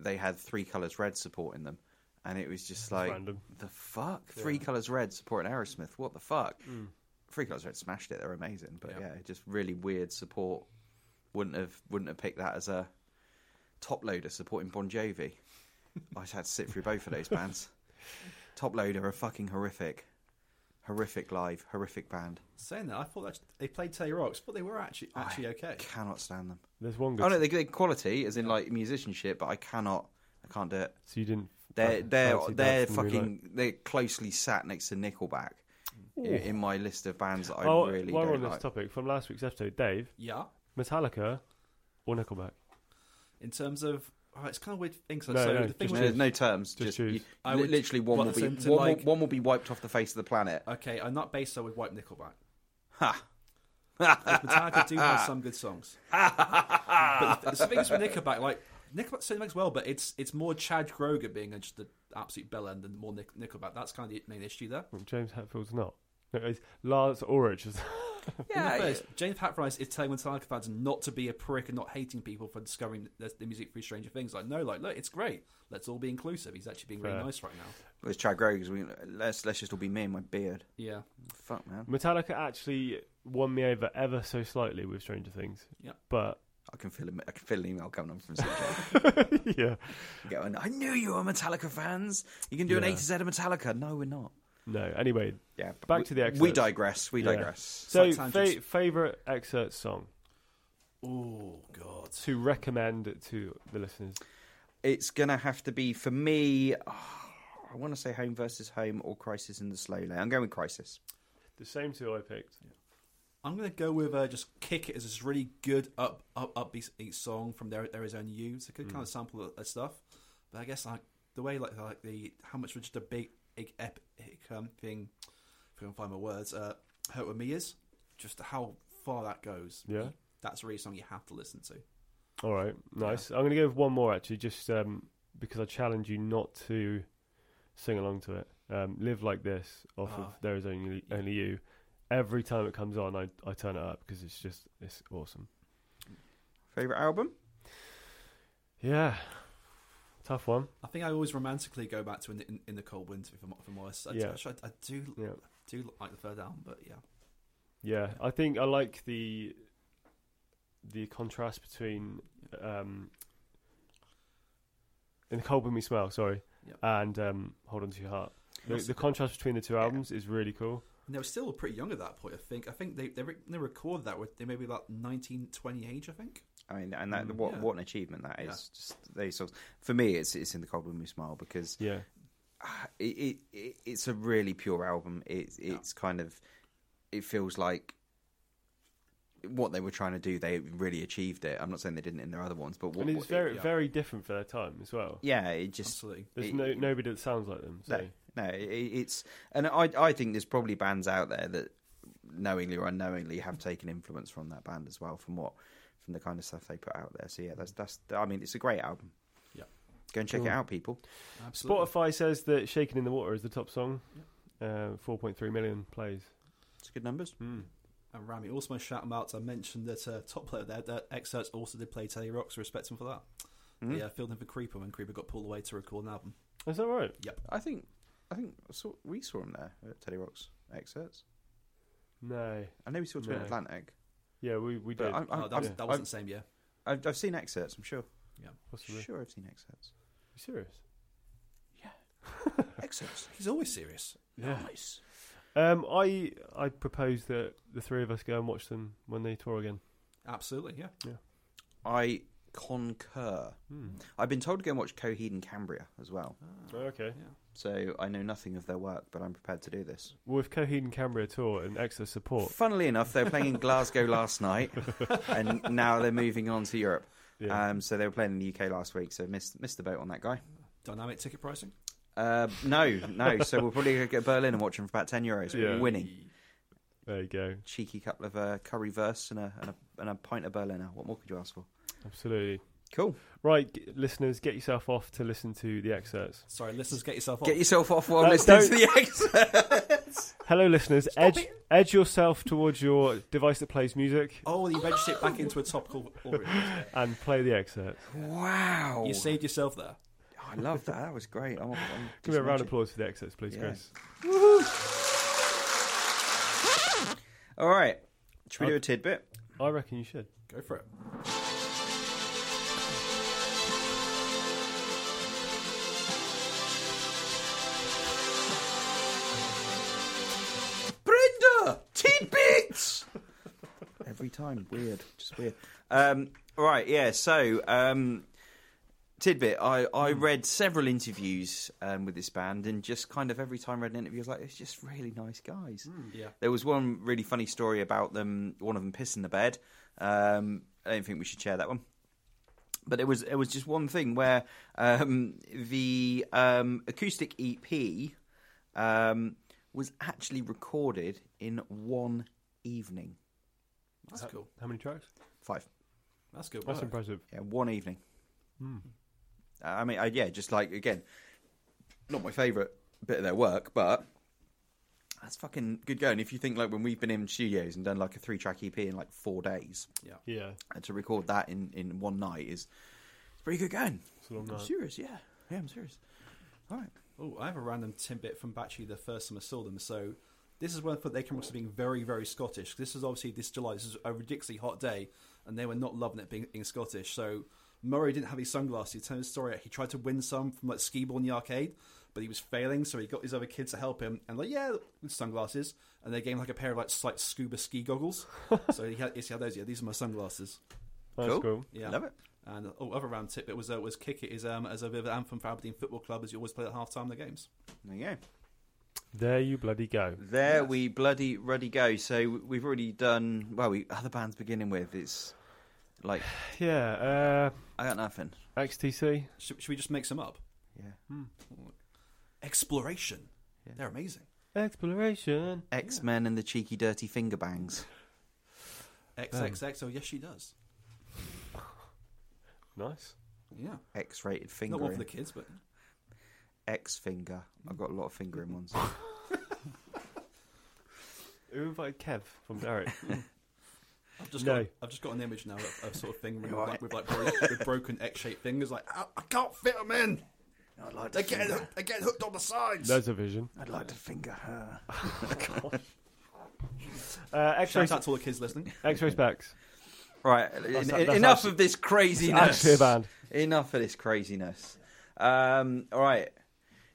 C: they had three colors red supporting them, and it was just like
B: random.
C: the fuck three colors red supporting Aerosmith. What the fuck? Three colors red smashed it. They're amazing, but
E: Mm. Yeah.
C: yeah, just really weird support. Wouldn't have wouldn't have picked that as a top loader supporting Bon Jovi. I just had to sit through both of those bands. Top Loader are fucking horrific. Horrific live, horrific band.
E: Saying that, I thought that they played Tay Rocks, but they were actually actually okay.
C: Cannot stand them.
B: there's one good.
C: Oh no, they good quality as in like musicianship, but I cannot I can't do it.
B: so you didn't.
C: They're
B: fa-
C: they're
B: fancy
C: they're
B: Dancing Moonlight?
C: fucking they're closely sat next to Nickelback i- in my list of bands that I
B: oh,
C: really
B: while we're
C: don't
B: on this
C: like.
B: topic from last week's episode, Dave,
E: Yeah.
B: Metallica or Nickelback?
E: In terms of, oh, it's kind of weird thing. So,
B: No,
E: so
B: no,
E: the thing
B: just
E: was,
C: There's no terms.
B: Just
C: Just, you-
B: choose.
E: I
C: li-
E: would-
C: literally one
E: what,
C: will be
E: so-
C: one,
E: so
C: will,
E: like-
C: one will be wiped off the face of the planet.
E: okay, I'm not based, so I would wipe Nickelback.
C: Ha.
E: Because Metallica do have some good songs. but the, the thing is with Nickelback, like Nickelback still makes well, but it's it's more Chad Groger being a, just the absolute bell end and more Nick, Nickelback. That's kind of the main issue there.
B: Well, James Hatfield's not. No, it's Lars Ulrich.
E: In
C: Yeah,
E: the
C: yeah.
E: first, James Patrise is telling Metallica fans not to be a prick and not hating people for discovering the, the music through Stranger Things. Like, no, like, look, it's great. Let's all be inclusive. He's actually being really
B: Fair.
E: nice right now.
C: It's Chad Groger's. We, let's let's just all be me and my beard.
E: Yeah,
C: Fuck man,
B: Metallica actually won me over ever so slightly with Stranger Things.
E: Yeah.
B: But
C: I can feel a, I can feel an email coming on from CJ
B: yeah,
C: going. I knew you were Metallica fans. You can do an
B: Yeah.
C: A to Z of Metallica. No, we're not.
B: no. Anyway,
C: Yeah,
B: Back
C: we,
B: to the
C: We
B: excerpts.
C: digress. We
B: Yeah.
C: digress.
B: so
E: Slight
B: fa-
E: tangents.
B: favorite excerpt song
E: Oh god.
B: to recommend to the listeners.
C: It's gonna have to be for me. oh, I want to say Home versus Home or Crisis in the Slow Lane. I'm going with Crisis.
B: The same two I picked.
E: I'm gonna go with uh, just "Kick It" as this really good up up upbeat beat song from there. There is only you. So I could kind of sample that- that stuff, but I guess like the way like like the how much was just a big, big epic um, thing if I can find my words, uh, Hurt With Me is, just how far that goes.
B: Yeah.
E: That's really something you have to listen to.
B: All right, nice. I'm going to go with one more actually, just um, because I challenge you not to sing along to it. Um, Live like this off of
E: Ah.
B: There Is Only Only You. Every time it comes on, I, I turn it up because it's just it's awesome.
C: Favorite album?
B: Yeah, tough one.
E: I think I always romantically go back to in the, in, in the cold winter. If I'm, if I'm honest, I, do-
B: Yeah.
E: actually, I, I do
B: Yeah,
E: do like the third album, but yeah,
B: yeah. I think I like the the contrast between um, in the cold when we smell. Sorry,
E: Yep.
B: and um, hold on to your heart. The,
E: That's
B: the
E: a-
B: contrast between the two albums is really cool.
E: and they were still pretty young at that point. I think I think they they, re- they recorded that with they maybe about 19, 20 age. I think.
C: I mean, and that
B: Mm,
C: what
E: yeah.
C: what an achievement that is.
E: Yeah.
C: Just those sorts. For me, it's it's in the cold when we smile because
B: Yeah.
C: ah, it, it, it it's a really pure album. It it's kind of it feels like what they were trying to do. They really achieved it. I'm not saying they didn't in their other ones, but what,
B: and it's
C: what-
B: very
E: yeah.
B: very different for their time as well.
C: yeah, it just
E: Absolutely.
B: There's
C: it-
B: no nobody that sounds like them. So.
C: No, no, it, it's and I I think there's probably bands out there that knowingly or unknowingly have taken influence from that band as well from what from the kind of stuff they put out there. So yeah, that's that's I mean it's a great album.
E: Yeah.
C: Go and check
B: Cool.
C: it out, people.
E: Absolutely.
B: Spotify says that "Shaken in the Water" is the top song. Uh, 4.3 million plays.
C: It's good numbers.
B: Mm.
E: And Rami also my shout them out. I mentioned that uh, top player there, that excerpts also did play Teddy Rocks. Respect him for that.
C: Mhm.
E: Yeah, filled in for Creeper when Creeper got pulled away to record an album.
B: Is that right?
C: I think I think I saw, we saw him there at Teddy Rock's excerts.
B: No.
C: I know we saw him in
B: No.
C: Atlantic,
B: Yeah, we we
C: but
B: did.
C: I'm, I'm,
E: oh, that, was,
B: yeah.
E: that wasn't the same year.
C: I've, I've, I've seen excerpts. I'm sure.
B: Possibly.
C: Sure, I've seen excerpts.
B: You serious?
C: excerpts.
E: He's always serious.
B: Yeah.
C: Nice.
B: Um, I I propose that the three of us go and watch them when they tour again.
E: Absolutely, yeah.
C: I concur.
B: Hmm.
C: I've been told to go and watch Coheed and Cambria as well.
B: Okay.
C: So I know nothing of their work, but I'm prepared to do this.
B: Well, if Coheed and Cambria tour and Exeter support,
C: Funnily enough, they were playing in Glasgow last night, and now they're moving on to Europe.
B: yeah.
C: Um, so they were playing in the UK last week, so missed missed the boat on that guy.
E: Dynamic ticket pricing.
C: Uh, no, no. So we'll probably go to Berlin and watch them for about ten euros.
B: Yeah.
C: Winning
B: there you go.
C: cheeky couple of uh, curry verse and a, and a and a pint of Berliner. What more could you ask for?
B: Absolutely.
C: Cool.
B: Right, g- listeners, get yourself off to listen to the excerts.
E: Sorry, listeners, get yourself on.
C: Get yourself off while
B: Uh,
C: listening to
B: don't-
C: the excerpt.
B: Hello, listeners. edge, edge yourself towards your device that plays music
E: Oh, you wedged it back into a topical orient.
B: and play the excerpt.
C: Wow, Oh,
E: You saved yourself there.
C: I love that. That was great. I'm, I'm
B: Give me a round of applause
C: disappointed.
B: for the excerpts, please,
C: Yeah.
B: Chris.
C: All right, should
B: Uh,
C: we do a tidbit?
B: I reckon you should.
E: Go for it.
C: Brenda, tidbits. Every time, weird, just weird. Um, all right, yeah. So, um, tidbit. I, I read several interviews um, with this band, and just kind of every time I read an interview, I was like, it's just really nice guys.
E: Yeah.
C: There was one really funny story about them. One of them pissing the bed. Um, I don't think we should share that one. But it was it was just one thing where um, the um, acoustic EP um, was actually recorded in one evening.
E: That's cool.
B: How many tracks?
C: Five.
E: That's good.
B: Uh, That's
E: work.
B: impressive.
C: Yeah, one evening. Uh, I mean, I, yeah, just like again, not my favourite bit of their work, but that's fucking good going. If you think like when we've been in studios and done like a three-track EP in like four days,
B: Yeah,
C: and to record that in in one night is it's pretty good going.
B: it's a long
C: I'm
B: night.
C: serious, yeah, yeah, I'm serious. All right,
E: Oh, I have a random tidbit from Batchy the first time I saw them. So this is when they came across as being very, very Scottish. This is obviously this July. This is a ridiculously hot day, and they were not loving it being, being Scottish. So Murray didn't have his sunglasses. He told his story. He tried to win some from like skee ball in the arcade, but he was failing. So he got his other kids to help him, and like yeah, with sunglasses, and they gave him like a pair of like, s- like scuba ski goggles. so he had, he had those. Yeah, these are my sunglasses.
B: That's
C: Cool.
B: cool.
E: Yeah.
C: love it.
E: And oh, other round tip it was uh, was kick it is um as a bit of an anthem for Aberdeen Football Club as you always play at half time the games.
C: There you go.
B: There you bloody go.
C: There we bloody ruddy go. So we've already done. Well, we other bands beginning with it's like
B: Yeah,
C: I got nothing.
B: uh, XTC.
E: Should, should we just make some up?
C: Yeah.
E: Exploration. They're amazing.
B: Exploration.
C: X Men and the cheeky, dirty finger bangs.
E: XXX. Oh, yes, she does.
B: Nice.
E: Yeah.
C: X rated
E: Not
C: finger.
E: one for the kids, but
C: X finger. I've got a lot of finger in ones.
B: Who invited Kev from Derek?
E: I've just
B: No.
E: got I've just got an image now of, of sort of thing with
C: Right.
E: like, with, like bro- with broken X-shaped fingers. Like I, I can't fit them in.
C: I'd like
E: They get they get hooked on the sides.
B: There's a vision.
C: I'd like to finger her.
B: Uh, X-ray,
E: Shout out to all the kids listening.
B: X-ray specs.
C: Right, en-
B: that's
C: enough
B: actually-
C: of this craziness.
B: Actually, a band.
C: Enough of this craziness. Um, all right.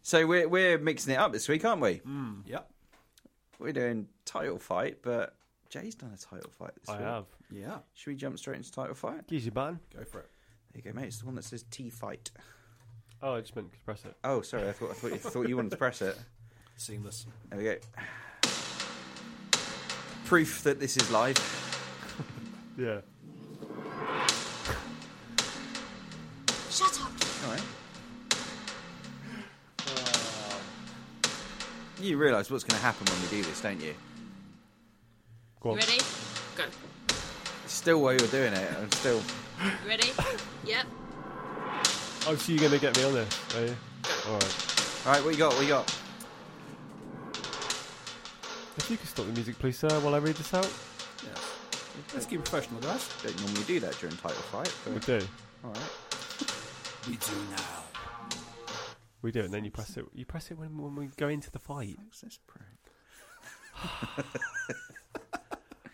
C: So we're we're mixing it up this week, aren't we?
E: Yep.
C: We're doing title fight, but Jay's done a title fight this
B: I
C: week.
B: have.
E: Yeah.
C: Should we jump straight into title fight?
B: Gives you ban.
E: Go for it.
C: There you go, mate. It's the one that says T fight.
B: Oh, I just meant to press it.
C: Oh, sorry. I thought I thought you, thought you wanted to press it.
E: Seamless.
C: There we go. Proof that this is live.
B: Yeah.
F: Shut up.
C: All right. You realise what's going to happen when we do this, don't you?
B: Go on.
F: Ready? Go.
C: Still, while you're doing it, I'm still.
F: Ready? yep.
B: Oh, so you're gonna get me on there, are you? All right.
C: All right, what you got? What you got?
B: If you could stop the music, please, sir, while I read this out.
E: Yeah. Let's keep it professional, guys.
C: Don't normally do that during title fight,
B: We
C: but
B: do.
C: all right.
E: We do now.
B: We do, and then you press it. You press it when, when we go into the fight.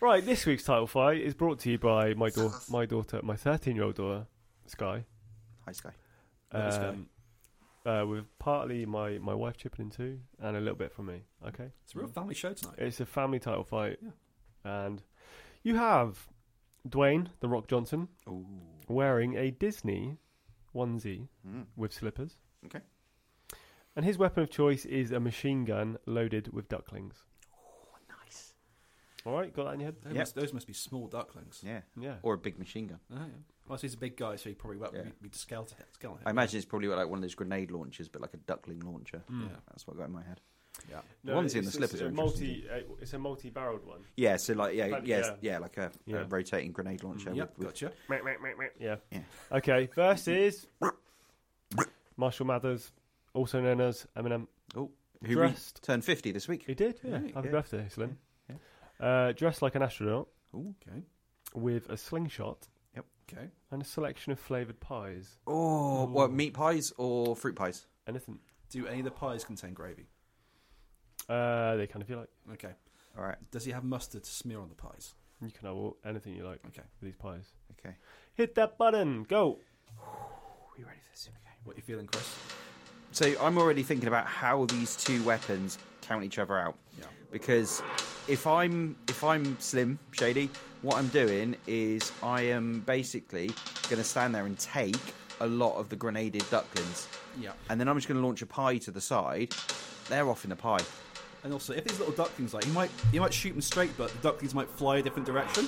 B: Right. This week's title fight is brought to you by my daughter, my daughter, my 13-year-old daughter, Sky.
C: Hi, Sky.
E: Let's go.
B: Um, uh, with partly my, my wife chipping in too, and a little bit from me. Okay,
E: It's a real family show tonight.
B: it's a family title fight, and you have Dwayne the Rock Johnson
C: Ooh.
B: wearing a Disney onesie
C: Hmm.
B: with slippers,
C: Okay.
B: and his weapon of choice is a machine gun loaded with ducklings. Oh, nice! All right, got that in your head?
E: They
C: Yep.
E: must- those must be small ducklings.
C: Yeah.
B: Yeah.
C: Or a big machine gun.
E: Oh, yeah. Well, so he's a big guy, so he probably won't
C: Yeah.
E: be- be to scale to hit. Scale
C: I
E: him.
C: imagine it's probably like one of those grenade launchers, but like a duckling launcher.
E: Yeah.
C: That's what got in my head.
E: Yeah.
C: The onesie and the
B: it's-
C: slippers
B: It's
C: are
B: a
C: interesting,
B: multi. Uh, it's a multi-barreled one.
C: Yeah. So like, yeah,
B: Like,
C: yeah, yeah,
B: yeah.
C: like a, a
B: Yeah.
C: rotating grenade launcher.
E: Yep.
C: with, with-
E: Gotcha.
B: Yeah.
C: Yeah.
B: Okay. Versus Marshall Mathers, also known as Eminem.
C: Oh, who re-
B: Dressed.
C: turned fifty this week?
B: He did. Yeah.
E: Right,
B: Happy
C: yeah.
B: birthday, Slim. Uh, dressed like an astronaut
E: Okay.
B: with a slingshot
E: Okay.
B: and a selection of flavored pies.
C: Oh, what meat pies or fruit pies?
B: Anything.
E: Do any of the pies contain gravy?
B: Uh, they kind of feel like
E: Okay.
C: All right.
E: Does he have mustard to smear on the pies?
B: you can have all, anything you like
E: Okay.
B: with these pies.
C: Okay.
B: Hit that button. Go.
C: Are ready for this? Okay.
E: What you feeling, Chris?
C: So I'm already thinking about how these two weapons count each other out.
E: Yeah.
C: Because if I'm if I'm slim shady, what I'm doing is I am basically going to stand there and take a lot of the grenaded ducklings,
E: Yeah.
C: and then I'm just going to launch a pie to the side. They're off in the pie.
E: And also, if these little ducklings, like, you might you might shoot them straight, but the ducklings might fly a different direction.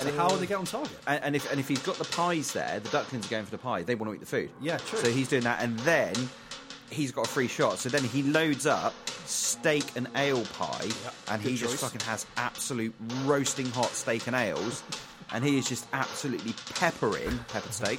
E: And how will they get on target?
C: And, and if and if he's got the pies there, the ducklings are going for the pie. They want to eat the food.
E: Yeah, true.
C: So he's doing that, and then he's got a free shot. So then he loads up steak and ale pie, and he
E: good
C: just
E: choice.
C: fucking has absolute roasting hot steak and ales, and he is just absolutely peppering peppered steak.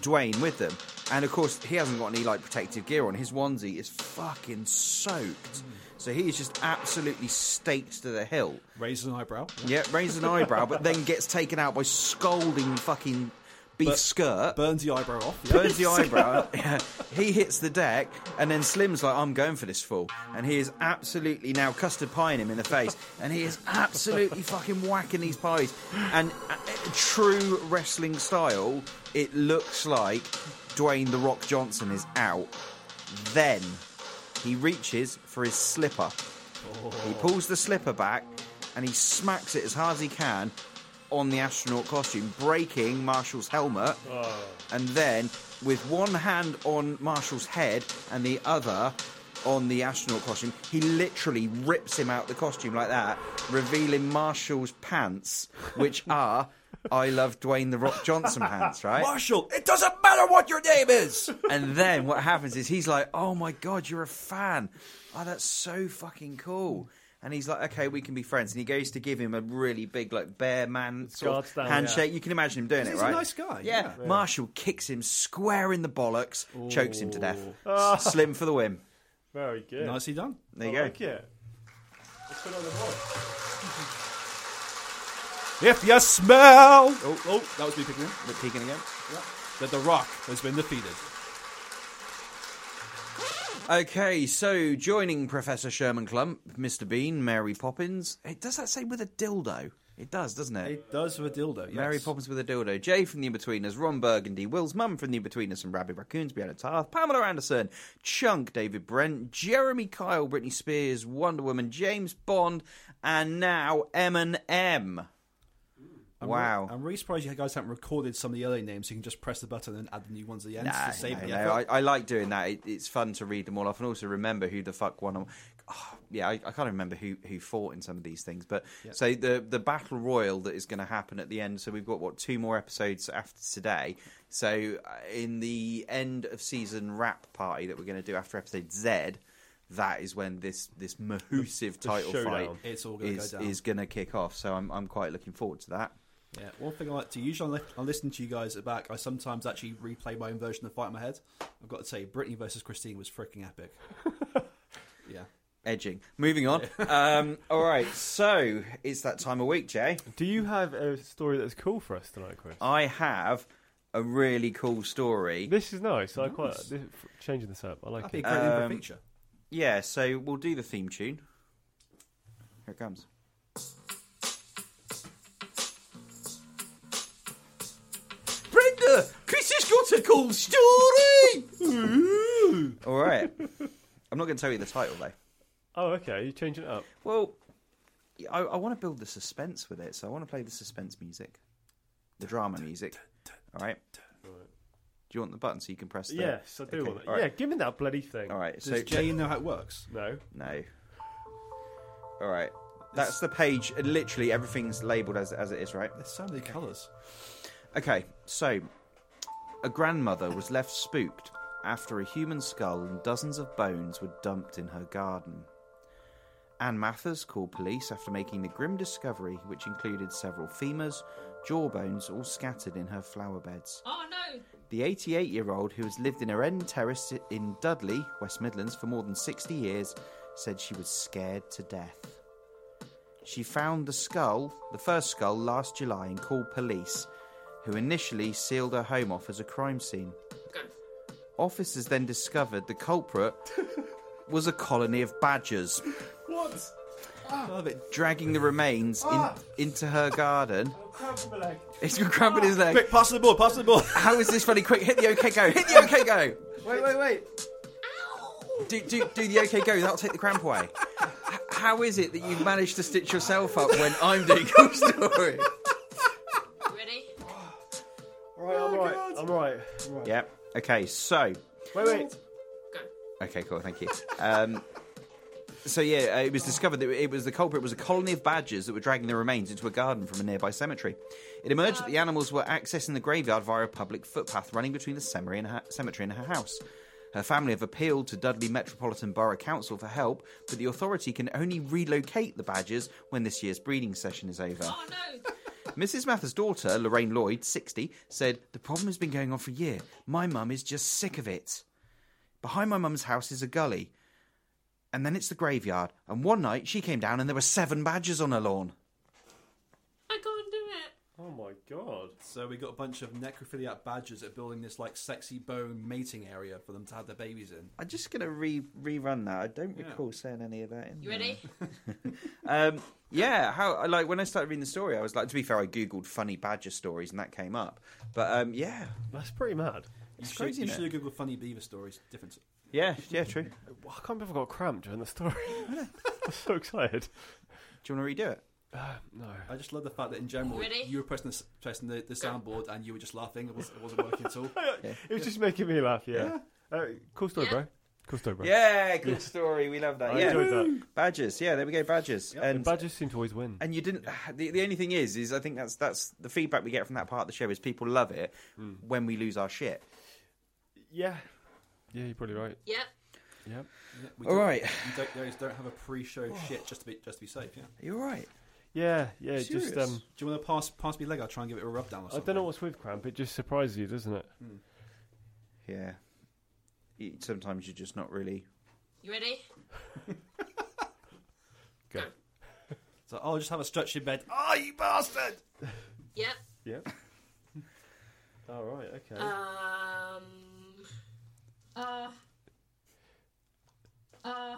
C: Dwayne with them, and of course he hasn't got any like protective gear on. His onesie is fucking
E: Mm.
C: soaked. So he is just absolutely staked to the hilt.
E: Raises an eyebrow.
C: Yeah, raises an eyebrow, but then gets taken out by scalding fucking beef skirt.
E: Burns the eyebrow off. Yeah.
C: burns the eyebrow. yeah. He hits the deck, and then Slim's like, "I'm going for this fool," and he is absolutely now custard pieing him in the face, and he is absolutely fucking whacking these pies. And uh, uh, true wrestling style, it looks like Dwayne the Rock Johnson is out. Then he reaches for his slipper. He pulls the slipper back and he smacks it as hard as he can on the astronaut costume, breaking Marshall's helmet. And then, with one hand on Marshall's head and the other on the astronaut costume, he literally rips him out the costume like that, revealing Marshall's pants, which are I love Dwayne the Rock Johnson pants, right?
E: Marshall, it doesn't matter what your name is.
C: And then what happens is he's like, "Oh my god, you're a fan! Oh, that's so fucking cool!" And he's like, "Okay, we can be friends." And he goes to give him a really big, like, bear man sort
B: guard
C: of
B: style,
C: handshake. You can imagine him doing it,
E: He's a
C: right?
E: nice guy,
C: Yeah.
E: yeah.
C: Marshall kicks him square in the bollocks, chokes him to death. S- Slim for the win.
B: Very good.
E: Nicely done.
C: There you
B: I
C: go.
B: like it. Let's put it on the board.
E: If you smell. Oh, oh that was me picking him.
C: Look, Keegan again.
E: That the Rock has been defeated.
C: Okay, so joining Professor Sherman Clump, Mr. Bean, Mary Poppins. It does that say with a dildo? It does, doesn't it?
E: It does with a dildo. Yes.
C: Mary Poppins with a dildo, Jay from the Inbetweeners, Ron Burgundy, Will's mum from the Inbetweeners and Rabbit Raccoons, Brianna Tarth, Pamela Anderson, Chunk, David Brent, Jeremy Kyle, Britney Spears, Wonder Woman, James Bond, and now Eminem.
E: I'm
C: wow.
E: re- I'm really surprised you guys haven't recorded some of the early names. You can just press the button and add the new ones at the end
C: Nah,
E: to save
C: no,
E: the
C: no,
E: effort.
C: I, I like doing that. It, it's fun to read them all off and also remember who the fuck won. 'em. Oh, yeah, I, I can't remember who, who fought in some of these things. But so the the battle royal that is going to happen at the end. So we've got what two more episodes after today. So uh, in the end of season wrap party that we're going to do after episode Z, that is when this this mahoosive title fight
B: showdown.
E: It's all gonna go
C: is
E: down.
C: is going to kick off. So I'm I'm quite looking forward to that.
E: Yeah, one thing I like to usually when I listen to you guys at back. I sometimes actually replay my own version of the fight in my head. I've got to say, Brittany versus Christine was freaking epic. yeah,
C: Edging. Moving on. um, all right. So it's that time of week, Jay.
B: Do you have a story that's cool for us tonight, Chris?
C: I have a really cool story.
B: This is nice. I quite this, changing this up. I like
E: that'd be a
B: it.
E: great info feature.
C: Yeah, so we'll do the theme tune. Here it comes. Brenda, Chris has got a cool story. All right. I'm not going to tell you the title though.
B: Oh, okay. You're changing it up.
C: Well, I, I want to build the suspense with it, so I want to play the suspense music, the drama music. All right. Do you want the button so you can press? The...
B: Yes, I do
C: Okay,
B: want that.
C: all right.
B: Yeah, give me that bloody thing.
C: All right.
E: Does
C: So
E: Jane know how it works?
B: No.
C: No. All right. That's the page. and Literally, everything's labelled as as it is, right?
E: There's so many colours.
C: Okay. So, a grandmother was left spooked after a human skull and dozens of bones were dumped in her garden. Anne Mathers called police after making the grim discovery, which included several femurs, jawbones, all scattered in her flower beds.
F: Oh no.
C: The 88 year old, who has lived in her end terrace in Dudley, West Midlands, for more than 60 years, said she was scared to death. She found the skull, the first skull, last July and called police, who initially sealed her home off as a crime scene.
F: Go.
C: Officers then discovered the culprit was a colony of badgers,
B: What?
E: Love it.
C: dragging the remains in, into her garden. It's cramping his leg.
E: Quick, pass the ball, pass the ball.
C: How is this funny? Quick, hit the OK go. Hit the OK go.
E: wait, wait, wait.
C: do, do, do the OK go. That'll take the cramp away. H- how is it that you've managed to stitch yourself up when I'm doing your story?
F: Ready?
B: All right, Oh,
C: Oh,
B: I'm right. I'm right. I'm right.
C: Yep. Okay. So.
B: Wait, wait.
F: Go.
C: Okay. Cool. Thank you. Um, so yeah, uh, it was discovered that it was the culprit was a colony of badgers that were dragging the remains into a garden from a nearby cemetery. It emerged that the animals were accessing the graveyard via a public footpath running between the cemetery and her, cemetery and her house. Her family have appealed to Dudley Metropolitan Borough Council for help, but the authority can only relocate the badgers when this year's breeding session is over.
F: Oh no.
C: Mrs. Mather's daughter, Lorraine Lloyd, 60, said, The problem has been going on for a year. My mum is just sick of it. Behind my mum's house is a gully. And then it's the graveyard. And one night she came down and there were seven badgers on her lawn.
F: I can't do it.
B: Oh my god.
E: So we got a bunch of necrophiliac badgers that are building this like sexy bone mating area for them to have their babies in.
C: I'm just going to re- rerun that. I don't recall saying any of that in
F: You ready?
C: Um, yeah, how I like when I started reading the story, I was like, to be fair, I googled funny badger stories and that came up. But um, yeah,
B: That's pretty mad.
E: It's you should,
C: crazy,
E: you
C: isn't
E: should
C: it?
E: have googled funny beaver stories. Different.
C: yeah, yeah, true. Do
B: Well, I can't believe I got cramped during the story. I'm so excited.
C: you want to redo it?
B: Uh, No.
E: I just love the fact that in general
F: Ready?
E: you were pressing the, pressing the, the soundboard and you were just laughing. It, was, it wasn't working at all.
B: It was just making me laugh, yeah. Uh, cool story,
F: Yeah.
B: bro. Gusto, bro.
C: Yeah, good story. We love that.
B: I
C: yeah,
B: enjoyed that.
C: badges. Yeah, there we go, badges.
B: The
C: And
B: badges seem to always win.
C: and you didn't. The, the only thing is, is I think that's that's the feedback we get from that part of the show is people love it
E: Hmm.
C: when we lose our shit.
B: Yeah. Yeah, you're probably right.
F: Yep.
B: Yep.
E: Yeah, we
C: All
E: don't-
C: right.
E: You don't, those don't have a pre-show
C: Oh.
E: shit just to be just to be safe. Yeah.
C: You're right.
B: Yeah, yeah.
C: Serious?
B: Just um,
E: Do you want to pass pass me leg? I'll try and give it a rub down. Or
B: I
E: something.
B: don't know what's with cramp. It just surprises you, doesn't it?
C: Mm. Yeah. You- Sometimes you're just not really.
F: You ready?
B: Go.
E: So I'll just have a stretch in bed. Ah, you bastard!
F: Yep.
B: Yep. All right. Okay.
F: Um. Uh. Uh.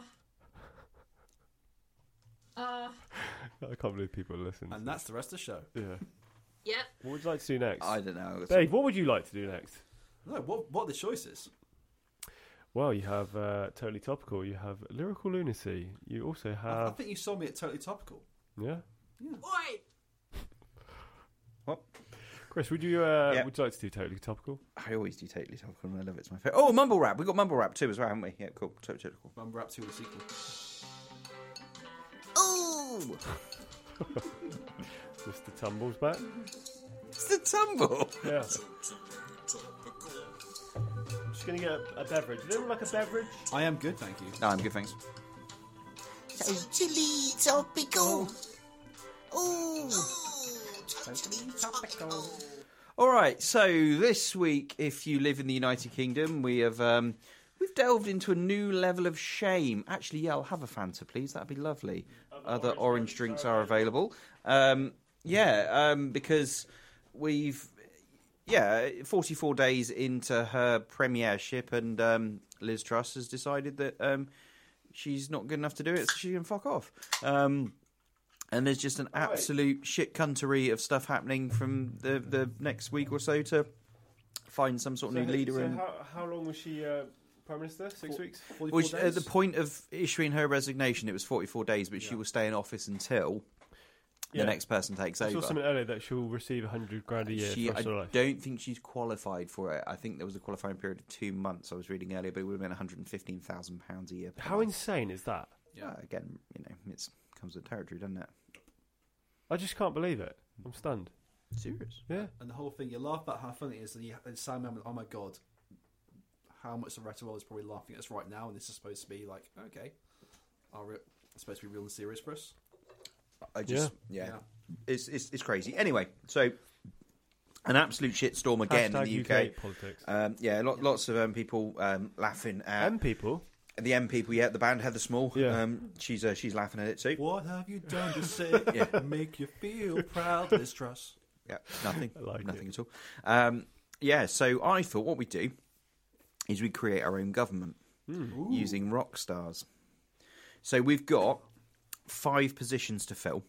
F: Uh.
B: I can't believe people listen.
E: And that's the rest of the show.
B: Yeah.
F: Yep.
B: What would you like to do next?
C: I don't know.
B: Dave, what would you like to do next?
E: No, what what are the choices?
B: Well, you have uh, totally topical. You have lyrical lunacy. You also
E: I, I
B: have
E: think you sold me at totally topical.
B: yeah.
F: Oi.
C: What?
B: Chris, would you uh,
C: Yeah.
B: would you like to do totally topical?
C: I always do totally topical, and I love it. It's my favorite. Oh, mumble rap. We got mumble rap too as well, haven't we? Yeah, cool. Totally topical.
E: When we're up to the sequel.
C: Ooh,
B: Mr. Tumble's back.
C: it's the tumble.
B: Yeah. I'm just gonna get a, a beverage. Do you like a beverage?
E: I am good, thank you.
C: No, I'm good. Thanks.
G: Totally topical. Oh,
C: All right. So this week, if you live in the United Kingdom, we have um, we've delved into a new level of shame. Actually, yeah, I'll have a Fanta, please. That'd be lovely. Other orange, drinks are available. Um, yeah, um, because we've yeah, 44 days into her premiership, and um, Liz Truss has decided that um, she's not good enough to do it, so she can fuck off. Um, and there's just an absolute shit cuntery of stuff happening from the, the next week or so to find some sort of new leader. and
B: how, how long was she uh, prime minister? Six weeks.
C: well,
B: uh,
C: she- at the point of issuing her resignation, it was 44 days, but she will stay in office until
B: Yeah.
C: the next person takes
B: I saw
C: over.
B: something earlier that she'll receive hundred grand a year.
C: She,
B: for the
C: I
B: rest of her life.
C: don't think she's qualified for it. I think there was a qualifying period of two months. I was reading earlier, but it would have been one hundred and fifteen thousand pounds a year. per
B: How
C: month.
B: insane is that?
C: Uh, again, you know, it comes with territory, doesn't it?
B: I just can't believe it. I'm stunned.
C: Serious.
B: Yeah.
E: And the whole thing, you laugh about how funny it is, and, you, and Sam, Hammond, oh my god, how much the rest of the world is probably laughing at us right now, and this is supposed to be like, okay, are it it's supposed to be real and serious for us?
C: I just, yeah,
E: Yeah.
C: It's, it's it's crazy. Anyway, so an absolute shitstorm again
B: Hashtag
C: in the UK.
B: politics.
C: Um, yeah, lot, lots of um, people um, laughing at
B: and people.
C: the M people. Yeah, the band Heather Small.
B: Yeah.
C: Um, she's uh, she's laughing at it too.
E: What have you done to say make you feel proud, distrust?
C: Yeah, nothing.
B: like
C: nothing at all. Um, yeah, so I thought what we do is we create our own government
B: Hmm.
C: using rock stars. So we've got five positions to fill.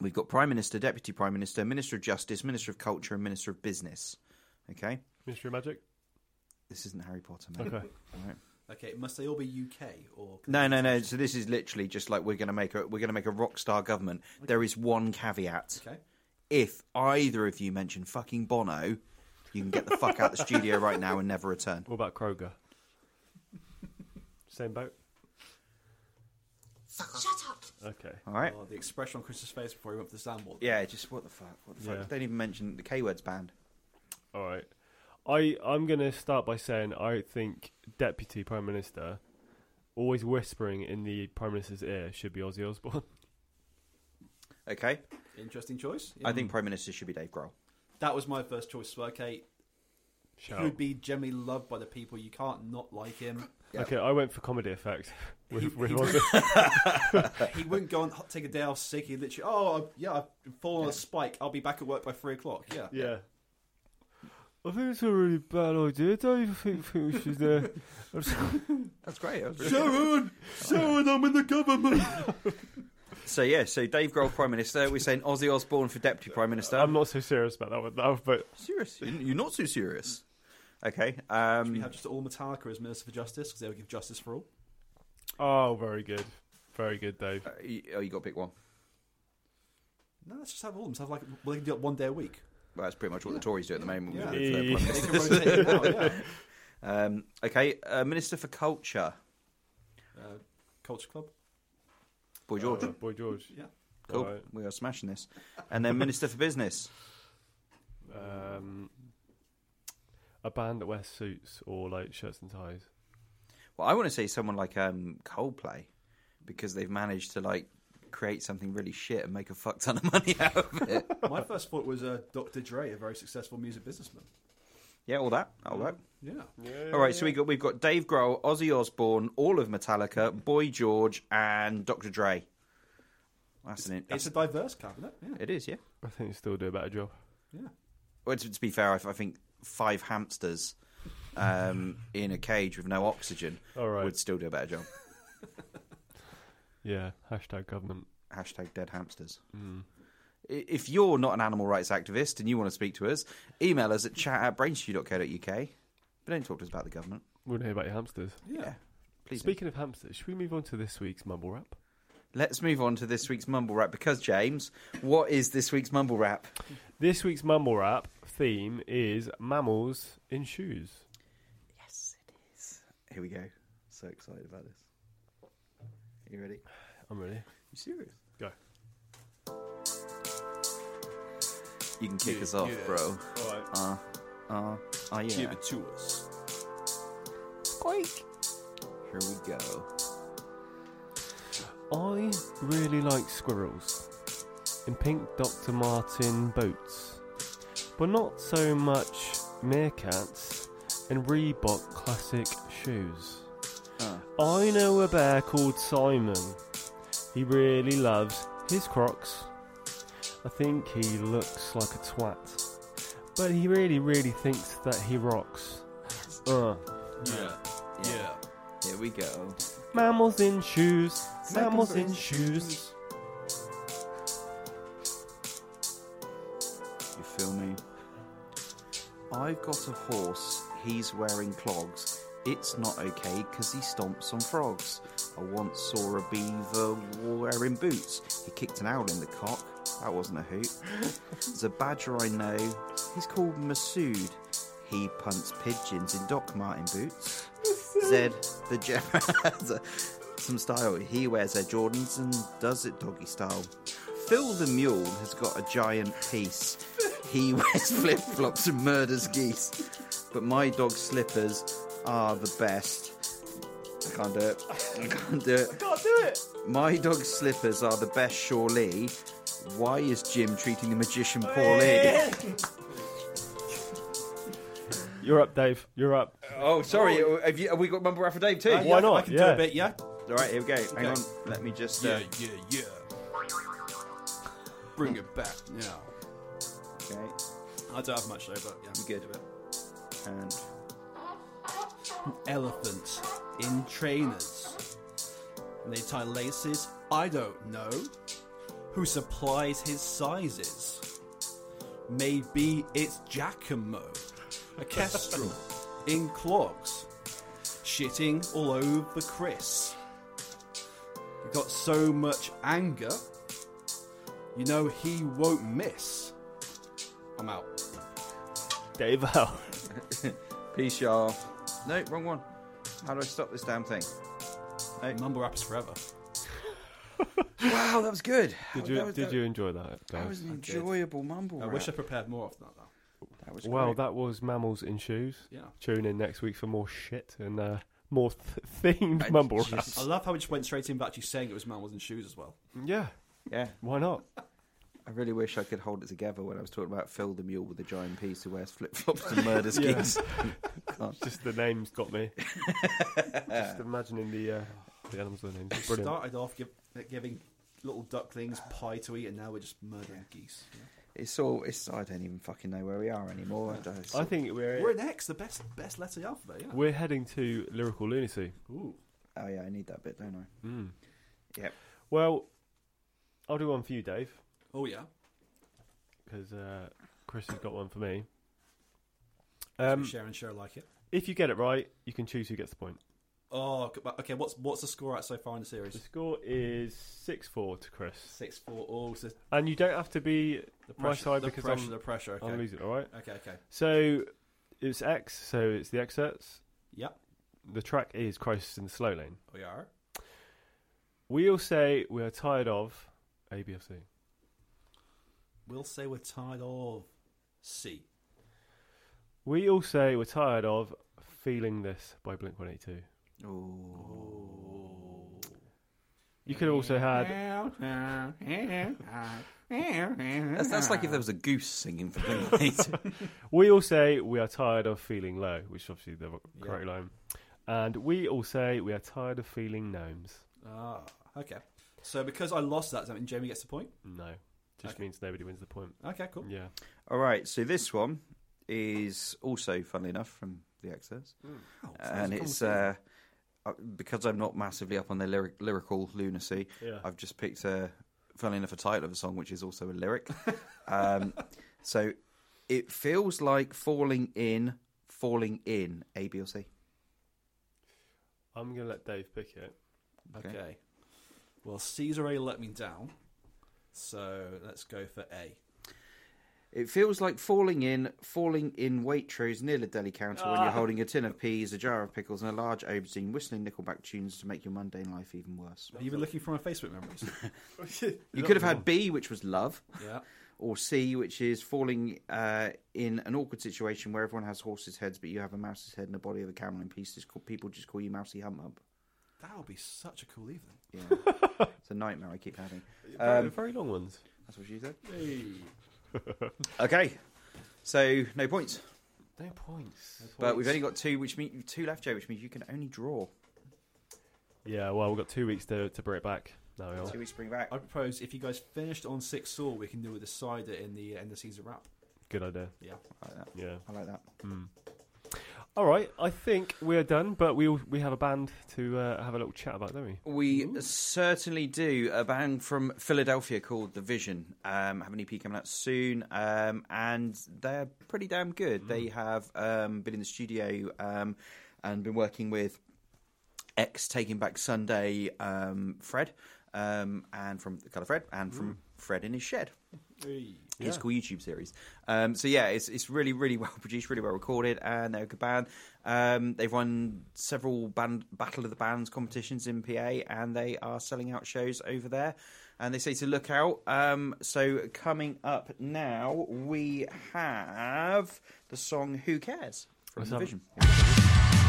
C: We've got Prime Minister, Deputy Prime Minister, Minister of Justice, Minister of Culture, and Minister of Business. Okay?
B: Mystery Magic.
C: This isn't Harry Potter, mate.
B: Okay.
C: All right.
E: Okay, must they all be UK or
C: No, no, no. So this is literally just like we're going to make a we're going to make a rock star government. There is one caveat.
E: Okay,
C: if either of you mention fucking Bono, you can get the fuck out the studio right now and never return.
B: What about Kroger? Same boat.
F: Shut up.
B: Okay.
C: All right.
E: oh, the expression on Chris's face before he went for the soundboard.
C: Yeah, just what the fuck? What the fuck?
B: Yeah.
C: Don't even mention the K words banned.
B: All right. I I'm gonna start by saying I think Deputy Prime Minister always whispering in the Prime Minister's ear should be Ozzy Osbourne.
C: Okay.
E: Interesting choice.
C: I think Prime Minister should be Dave Grohl.
E: That was my first choice. So, okay,
B: Shout.
E: he would be generally loved by the people. You can't not like him.
B: Okay, I went for comedy effect with, with
E: he-
B: Ozzy.
E: he wouldn't go and h- take a day off sick. He literally, oh I- yeah, I've fallen on a spike. I'll be back at work by three o'clock. Yeah,
B: yeah. I think it's a really bad idea. Don't you think, think we should? Uh...
C: That's great.
E: Sharon, Sharon, I'm in the government.
C: so yeah, so Dave Grohl Prime Minister. We're saying Ozzy Osbourne for Deputy Prime Minister.
B: I'm not so serious about that one now, but
C: serious. You're not so serious. Okay. Um,
E: we have just all Metallica as Minister for Justice because they'll give justice for all.
B: oh, very good, very good, Dave.
C: uh, you, oh, you got to pick one.
E: No, let's just have all of them. So have like well, they can do it one day a week.
C: Well, that's pretty much what the Tories do at the moment. with
E: Yeah.
C: the Prime Minister.
E: They can rotate it out. Yeah.
C: Um, okay, uh, Minister for Culture,
E: Uh, Culture Club.
C: Boy George.
B: Uh, Boy George.
E: Yeah.
C: cool,
B: alright.
C: we are smashing this. And then Minister for Business.
B: Um, a band that wears suits or like shirts and ties.
C: Well, I want to say someone like um, Coldplay because they've managed to like create something really shit and make a fuck ton of money out of it.
E: My first thought was uh, Dr. Dre, a very successful music businessman.
C: yeah, all that, all that.
E: Yeah.
C: All right, so we got we've got Dave Grohl, Ozzy Osbourne, all of Metallica, Boy George, and Dr. Dre. That's an
E: It's
C: it's,
E: a diverse cabinet. Yeah.
C: it is, yeah.
B: I think they still do a better job.
E: Yeah.
C: Well, to, to be fair, I, I think five hamsters um, in a cage with no oxygen
B: All right.
C: would still do a better job.
B: Yeah. Hashtag government.
C: Hashtag dead hamsters. I- If you're not an animal rights activist and you want to speak to us, email us at chat at brainstew.co.uk. But don't talk to us about the government.
B: We want to hear about your hamsters.
E: Yeah.
C: Please.
B: Speaking of hamsters, should we move on to this week's mumble rap?
C: Let's move on to this week's mumble rap because, James, what is this week's mumble rap?
B: This week's mumble rap theme is mammals in shoes.
C: Here we go. So excited about this. you ready?
B: I'm ready.
C: you serious?
B: Go.
C: You can kick us off, bro.
B: All right.
C: Uh, uh, oh yeah. Here
E: to us.
C: we go.
B: I really like squirrels in pink Dr. Martin boots, but not so much meerkats in Reebok classic shoes.
C: Ah.
B: I know a bear called Simon. He really loves his crocs. I think he looks like a twat, but he really, really thinks that he rocks. Uh,
E: Yeah.
C: Yeah. Here we go.
B: mammals in shoes, mammals in shoes.
C: You feel me? I've got a horse. He's wearing clogs. It's not okay because he stomps on frogs. I once saw a beaver wearing boots. He kicked an owl in the cock. That wasn't a hoot. There's a badger I know. He's called Masood. He punts pigeons in Doc Martin boots. Zed, the Gemma, has a- some style. He wears their Jordans and does it doggy style. Phil the Mule has got a giant piece. He wears flip flops and murders geese. But my dog's slippers are the best. I can't do it. I can't do it.
B: Can't do it.
C: My dog's slippers are the best, surely. Why is Jim treating the magician poorly?
B: You're up, Dave. You're up.
C: Oh, sorry. Have, you, have we got Mumble Rap for Dave too?
E: Uh, yeah,
B: Why
E: I can-
B: not?
E: I can do
B: Yeah.
E: a bit, yeah?
C: All right, here we go. Hang
E: Okay.
C: on. Let me just. Uh,
E: yeah, yeah. Bring it back now.
C: Okay.
E: I don't have much though, but yeah.
C: Good.
E: Do it.
C: And
E: Elephants in trainers. And they tie laces. I don't know. Who supplies his sizes? Maybe it's Giacomo, a kestrel in clogs, shitting all over Chris. He got so much anger, you know he won't miss. I'm out.
B: Dave out.
C: peace, y'all. No, wrong one. How do I stop this damn thing?
E: Mumble rappers forever.
C: Wow, that was good.
B: Did
C: That
B: you
C: was-
B: did
C: that-
B: you enjoy that,
C: That was
B: Dave?
C: an enjoyable mumble.
E: I
C: rap.
E: wish I prepared more of that though.
C: That was
B: Well,
C: great.
B: that was mammals in shoes.
E: Yeah.
B: Tune in next week for more shit and uh, more th- themed
C: I-
B: mumble
C: Jesus.
B: rap.
E: I love how we just went straight in back to saying it was mammals and shoes as well.
B: Yeah.
C: Yeah,
B: Why not?
C: I really wish I could hold it together when I was talking about Phil the Mule with the giant piece who wears flip flops and murder
B: Yeah.
C: skis.
B: Just the names got me. Just imagining the uh, the animals and the names. Brilliant.
E: Started off give, uh, giving little ducklings pie to eat, and now we're just murdering geese.
C: It's all. It's. I don't even fucking know where we are anymore. I don't-
B: I think we're
E: We're
B: we're,
E: an X, the best best letter in the alphabet. Yeah.
B: heading to lyrical lunacy.
E: Ooh.
C: Oh yeah, I need that bit, don't I?
B: Mm.
C: Yep.
B: Well, I'll do one for you, Dave,
E: Oh yeah.
B: because uh, Chris has got one for me.
E: Um,
B: Um,
E: share and share like it.
B: if you get it right, you can choose who gets the point.
E: Oh, c- but- okay. What's what's the score at so far in the
B: The
E: series?
B: score is six four to Chris,
E: Six four. Oh, so
B: and you don't have to be
E: the pressure.
B: My side,
E: the
B: because
E: pressure.
B: I'm-
E: the pressure. Okay.
B: on losing. All right.
E: okay. Okay.
B: So it's X. So it's the excerpts.
E: Yep,
B: The track is Crisis in the Slow Lane.
E: we are.
B: We all say we are tired of ABFC.
E: We'll say we're tired of C.
B: We all say we're tired of Feeling This by Blink 182. You could also had
C: That's, that's like if there was a goose singing for Blink
B: We all say we are tired of feeling low, which is obviously the correct line. And we all say we are tired of feeling gnomes.
E: Ah, okay. So because I lost that, does that mean Jamie gets the point?
B: No. Just means nobody wins the point.
E: Okay, cool.
B: Yeah.
C: All right, so this one is also, funnily enough, from The Access. and it's uh, uh, because I'm not massively up on their lyric, lyrical lunacy,
B: Yeah.
C: I've just picked, a, funnily enough, a title of a song which is also a lyric. um, so it feels like falling in, falling in, A, B, or C.
B: I'm going to let Dave pick it.
E: Okay. Well, C's already let me down, so let's go for A.
C: It feels like falling in, falling in Waitrose near the deli counter when you're holding a tin of peas, a jar of pickles, and a large aubergine, whistling Nickelback tunes to make your mundane life even worse.
E: Are you even looking for my Facebook memories?
C: You could have had B, which was love,
E: yeah.
C: or C, which is falling uh, in an awkward situation where everyone has horses' heads, but you have a mouse's head and the body of a camel in pieces. Ca- People just call you Mousy Hump Hump.
E: That would be such a cool evening.
C: Yeah. it's a nightmare I keep having.
B: very, very long ones.
C: That's what she said.
E: Hey.
C: Okay, so no points,
B: No points.
C: but we've only got two, which mean two left, Joe, which means you can only draw.
B: Yeah, well, we've got two weeks to, to bring it back. No, we
C: Two
B: aren't.
C: weeks bring back.
E: I propose if you guys finished on six all, we can do a decider in the end of season wrap.
B: good idea.
E: Yeah.
B: Yeah.
C: I like that.
B: All right, I think we're done, but we all, we have a band to uh, have a little chat about, don't we?
C: We certainly do. A band from Philadelphia called The Vision um, have an EP coming out soon, um, and they're pretty damn good. They have um, been in the studio um, and been working with ex Taking Back Sunday um, Fred, um, and from the Color Fred, and from Fred in His Shed his cool YouTube series. Um, so yeah, it's it's really really well produced, really well recorded, and they're a good band. Um, they've won several band battle of the bands competitions in PA, and they are selling out shows over there. And they say to look out. Um, so coming up now, we have the song "Who Cares" from
B: Let's
C: The
B: have it.
C: Vision.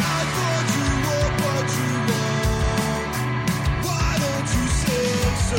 H: I thought you were, but you were. Why don't you say?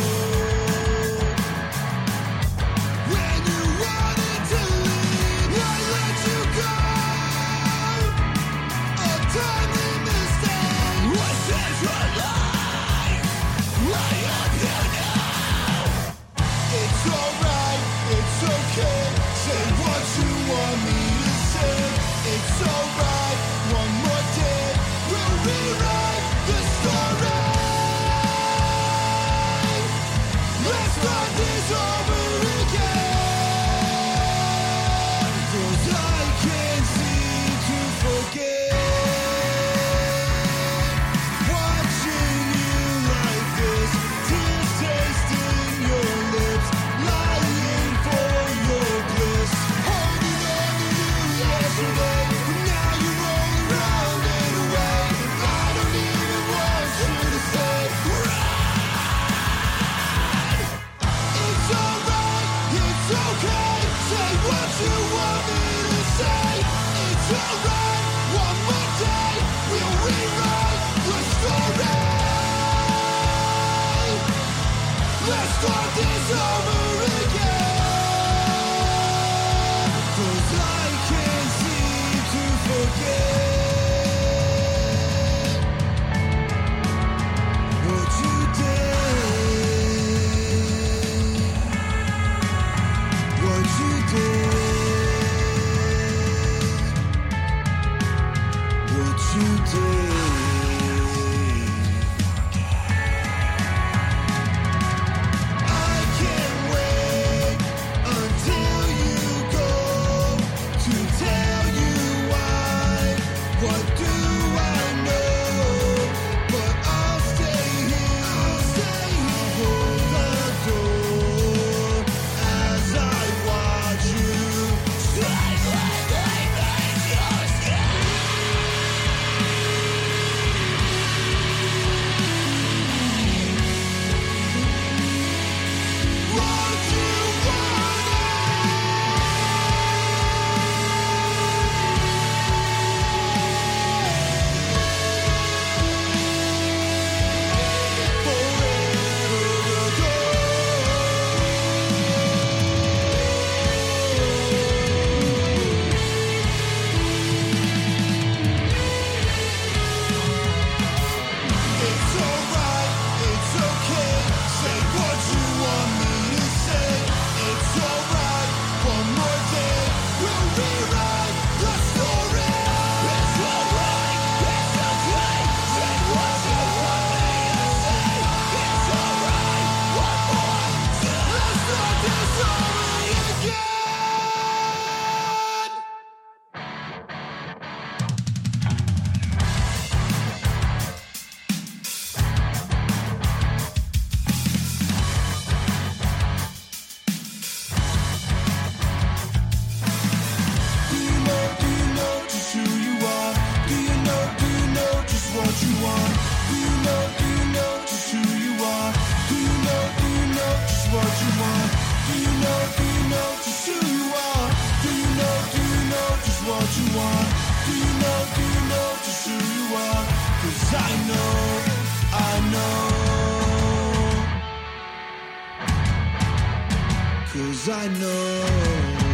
H: I know.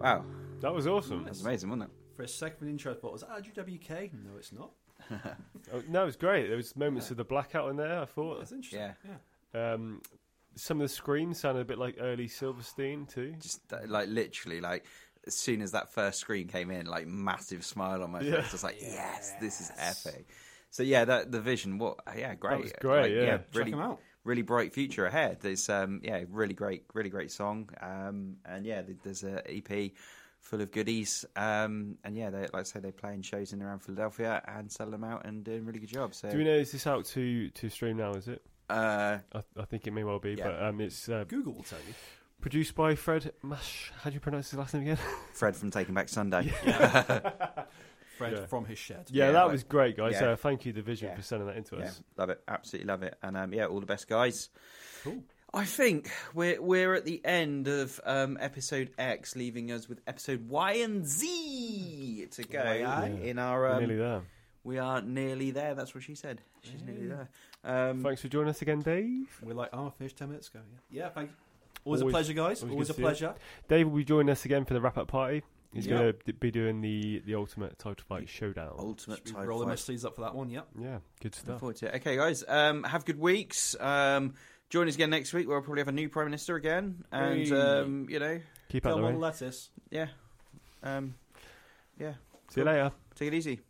C: Wow,
B: That was awesome.
C: that's amazing, wasn't it?
E: For a second intro, I thought, was that RGWK? No, it's not.
B: Oh, no, it was great. There was moments of the blackout in there. I thought
E: That's interesting.
C: Yeah.
B: um, some of the screams sounded a bit like early Silverstein too.
C: Just uh, like literally, like as soon as that first screen came in, like massive smile on my face.
B: Yeah.
C: I was like, yes, this is epic. So yeah, that the vision. What? Yeah, great.
B: was great,
C: Like,
B: yeah.
C: yeah
B: Check
C: really,
E: 'em out.
C: really bright future ahead. There's um, yeah, really great, really great song. Um, and yeah, th- there's a EP full of goodies. Um, and yeah, they like I say, they're playing shows in and around Philadelphia and selling them out and doing a really good job. So
B: Do we know is this out to to stream now? Is it?
C: uh,
B: I, I think it may well be,
C: Yeah.
B: but um, it's uh,
E: Google will tell you.
B: produced by Fred Mash. How do you pronounce his last name again?
C: Fred from Taking Back Sunday.
E: Fred
B: Yeah.
E: from his shed.
B: yeah,
C: Yeah,
B: that
C: like-
B: was great, guys.
C: yeah.
B: Uh, thank you, Division,
C: Yeah.
B: for sending that into
C: Yeah,
B: us.
C: love it. Absolutely love it. And um, yeah, all the best, guys.
E: Cool.
C: I think we're we're at the end of um, episode X, leaving us with episode Y and Z to go in our.
B: We're
C: Um,
B: nearly there.
C: we are nearly there. That's what she said. She's nearly there. Um,
B: Thanks for joining us again, Dave.
E: We're like, oh, I finished 10 minutes ago. Yeah, yeah thank you. Always,
B: Always-
E: a pleasure, guys.
B: always
E: Always,
B: good
E: a
B: to see you.
E: pleasure.
B: Dave will be joining us again for the wrap up party. He's
E: Yeah.
B: going to be doing the the ultimate title fight showdown.
C: ultimate
E: Be
C: time.
E: rolling my sleeves up for that one, yep.
B: yeah, good
C: Look
B: stuff.
C: forward to it. Okay, guys. Um, have good weeks. Um, join us again next week. We'll probably have a new prime minister again, and
E: Hey.
C: um, you know,
B: Keep out
E: Come
B: the
E: on,
B: rain.
E: lettuce.
C: yeah, um, yeah.
B: See you later.
C: Take it easy.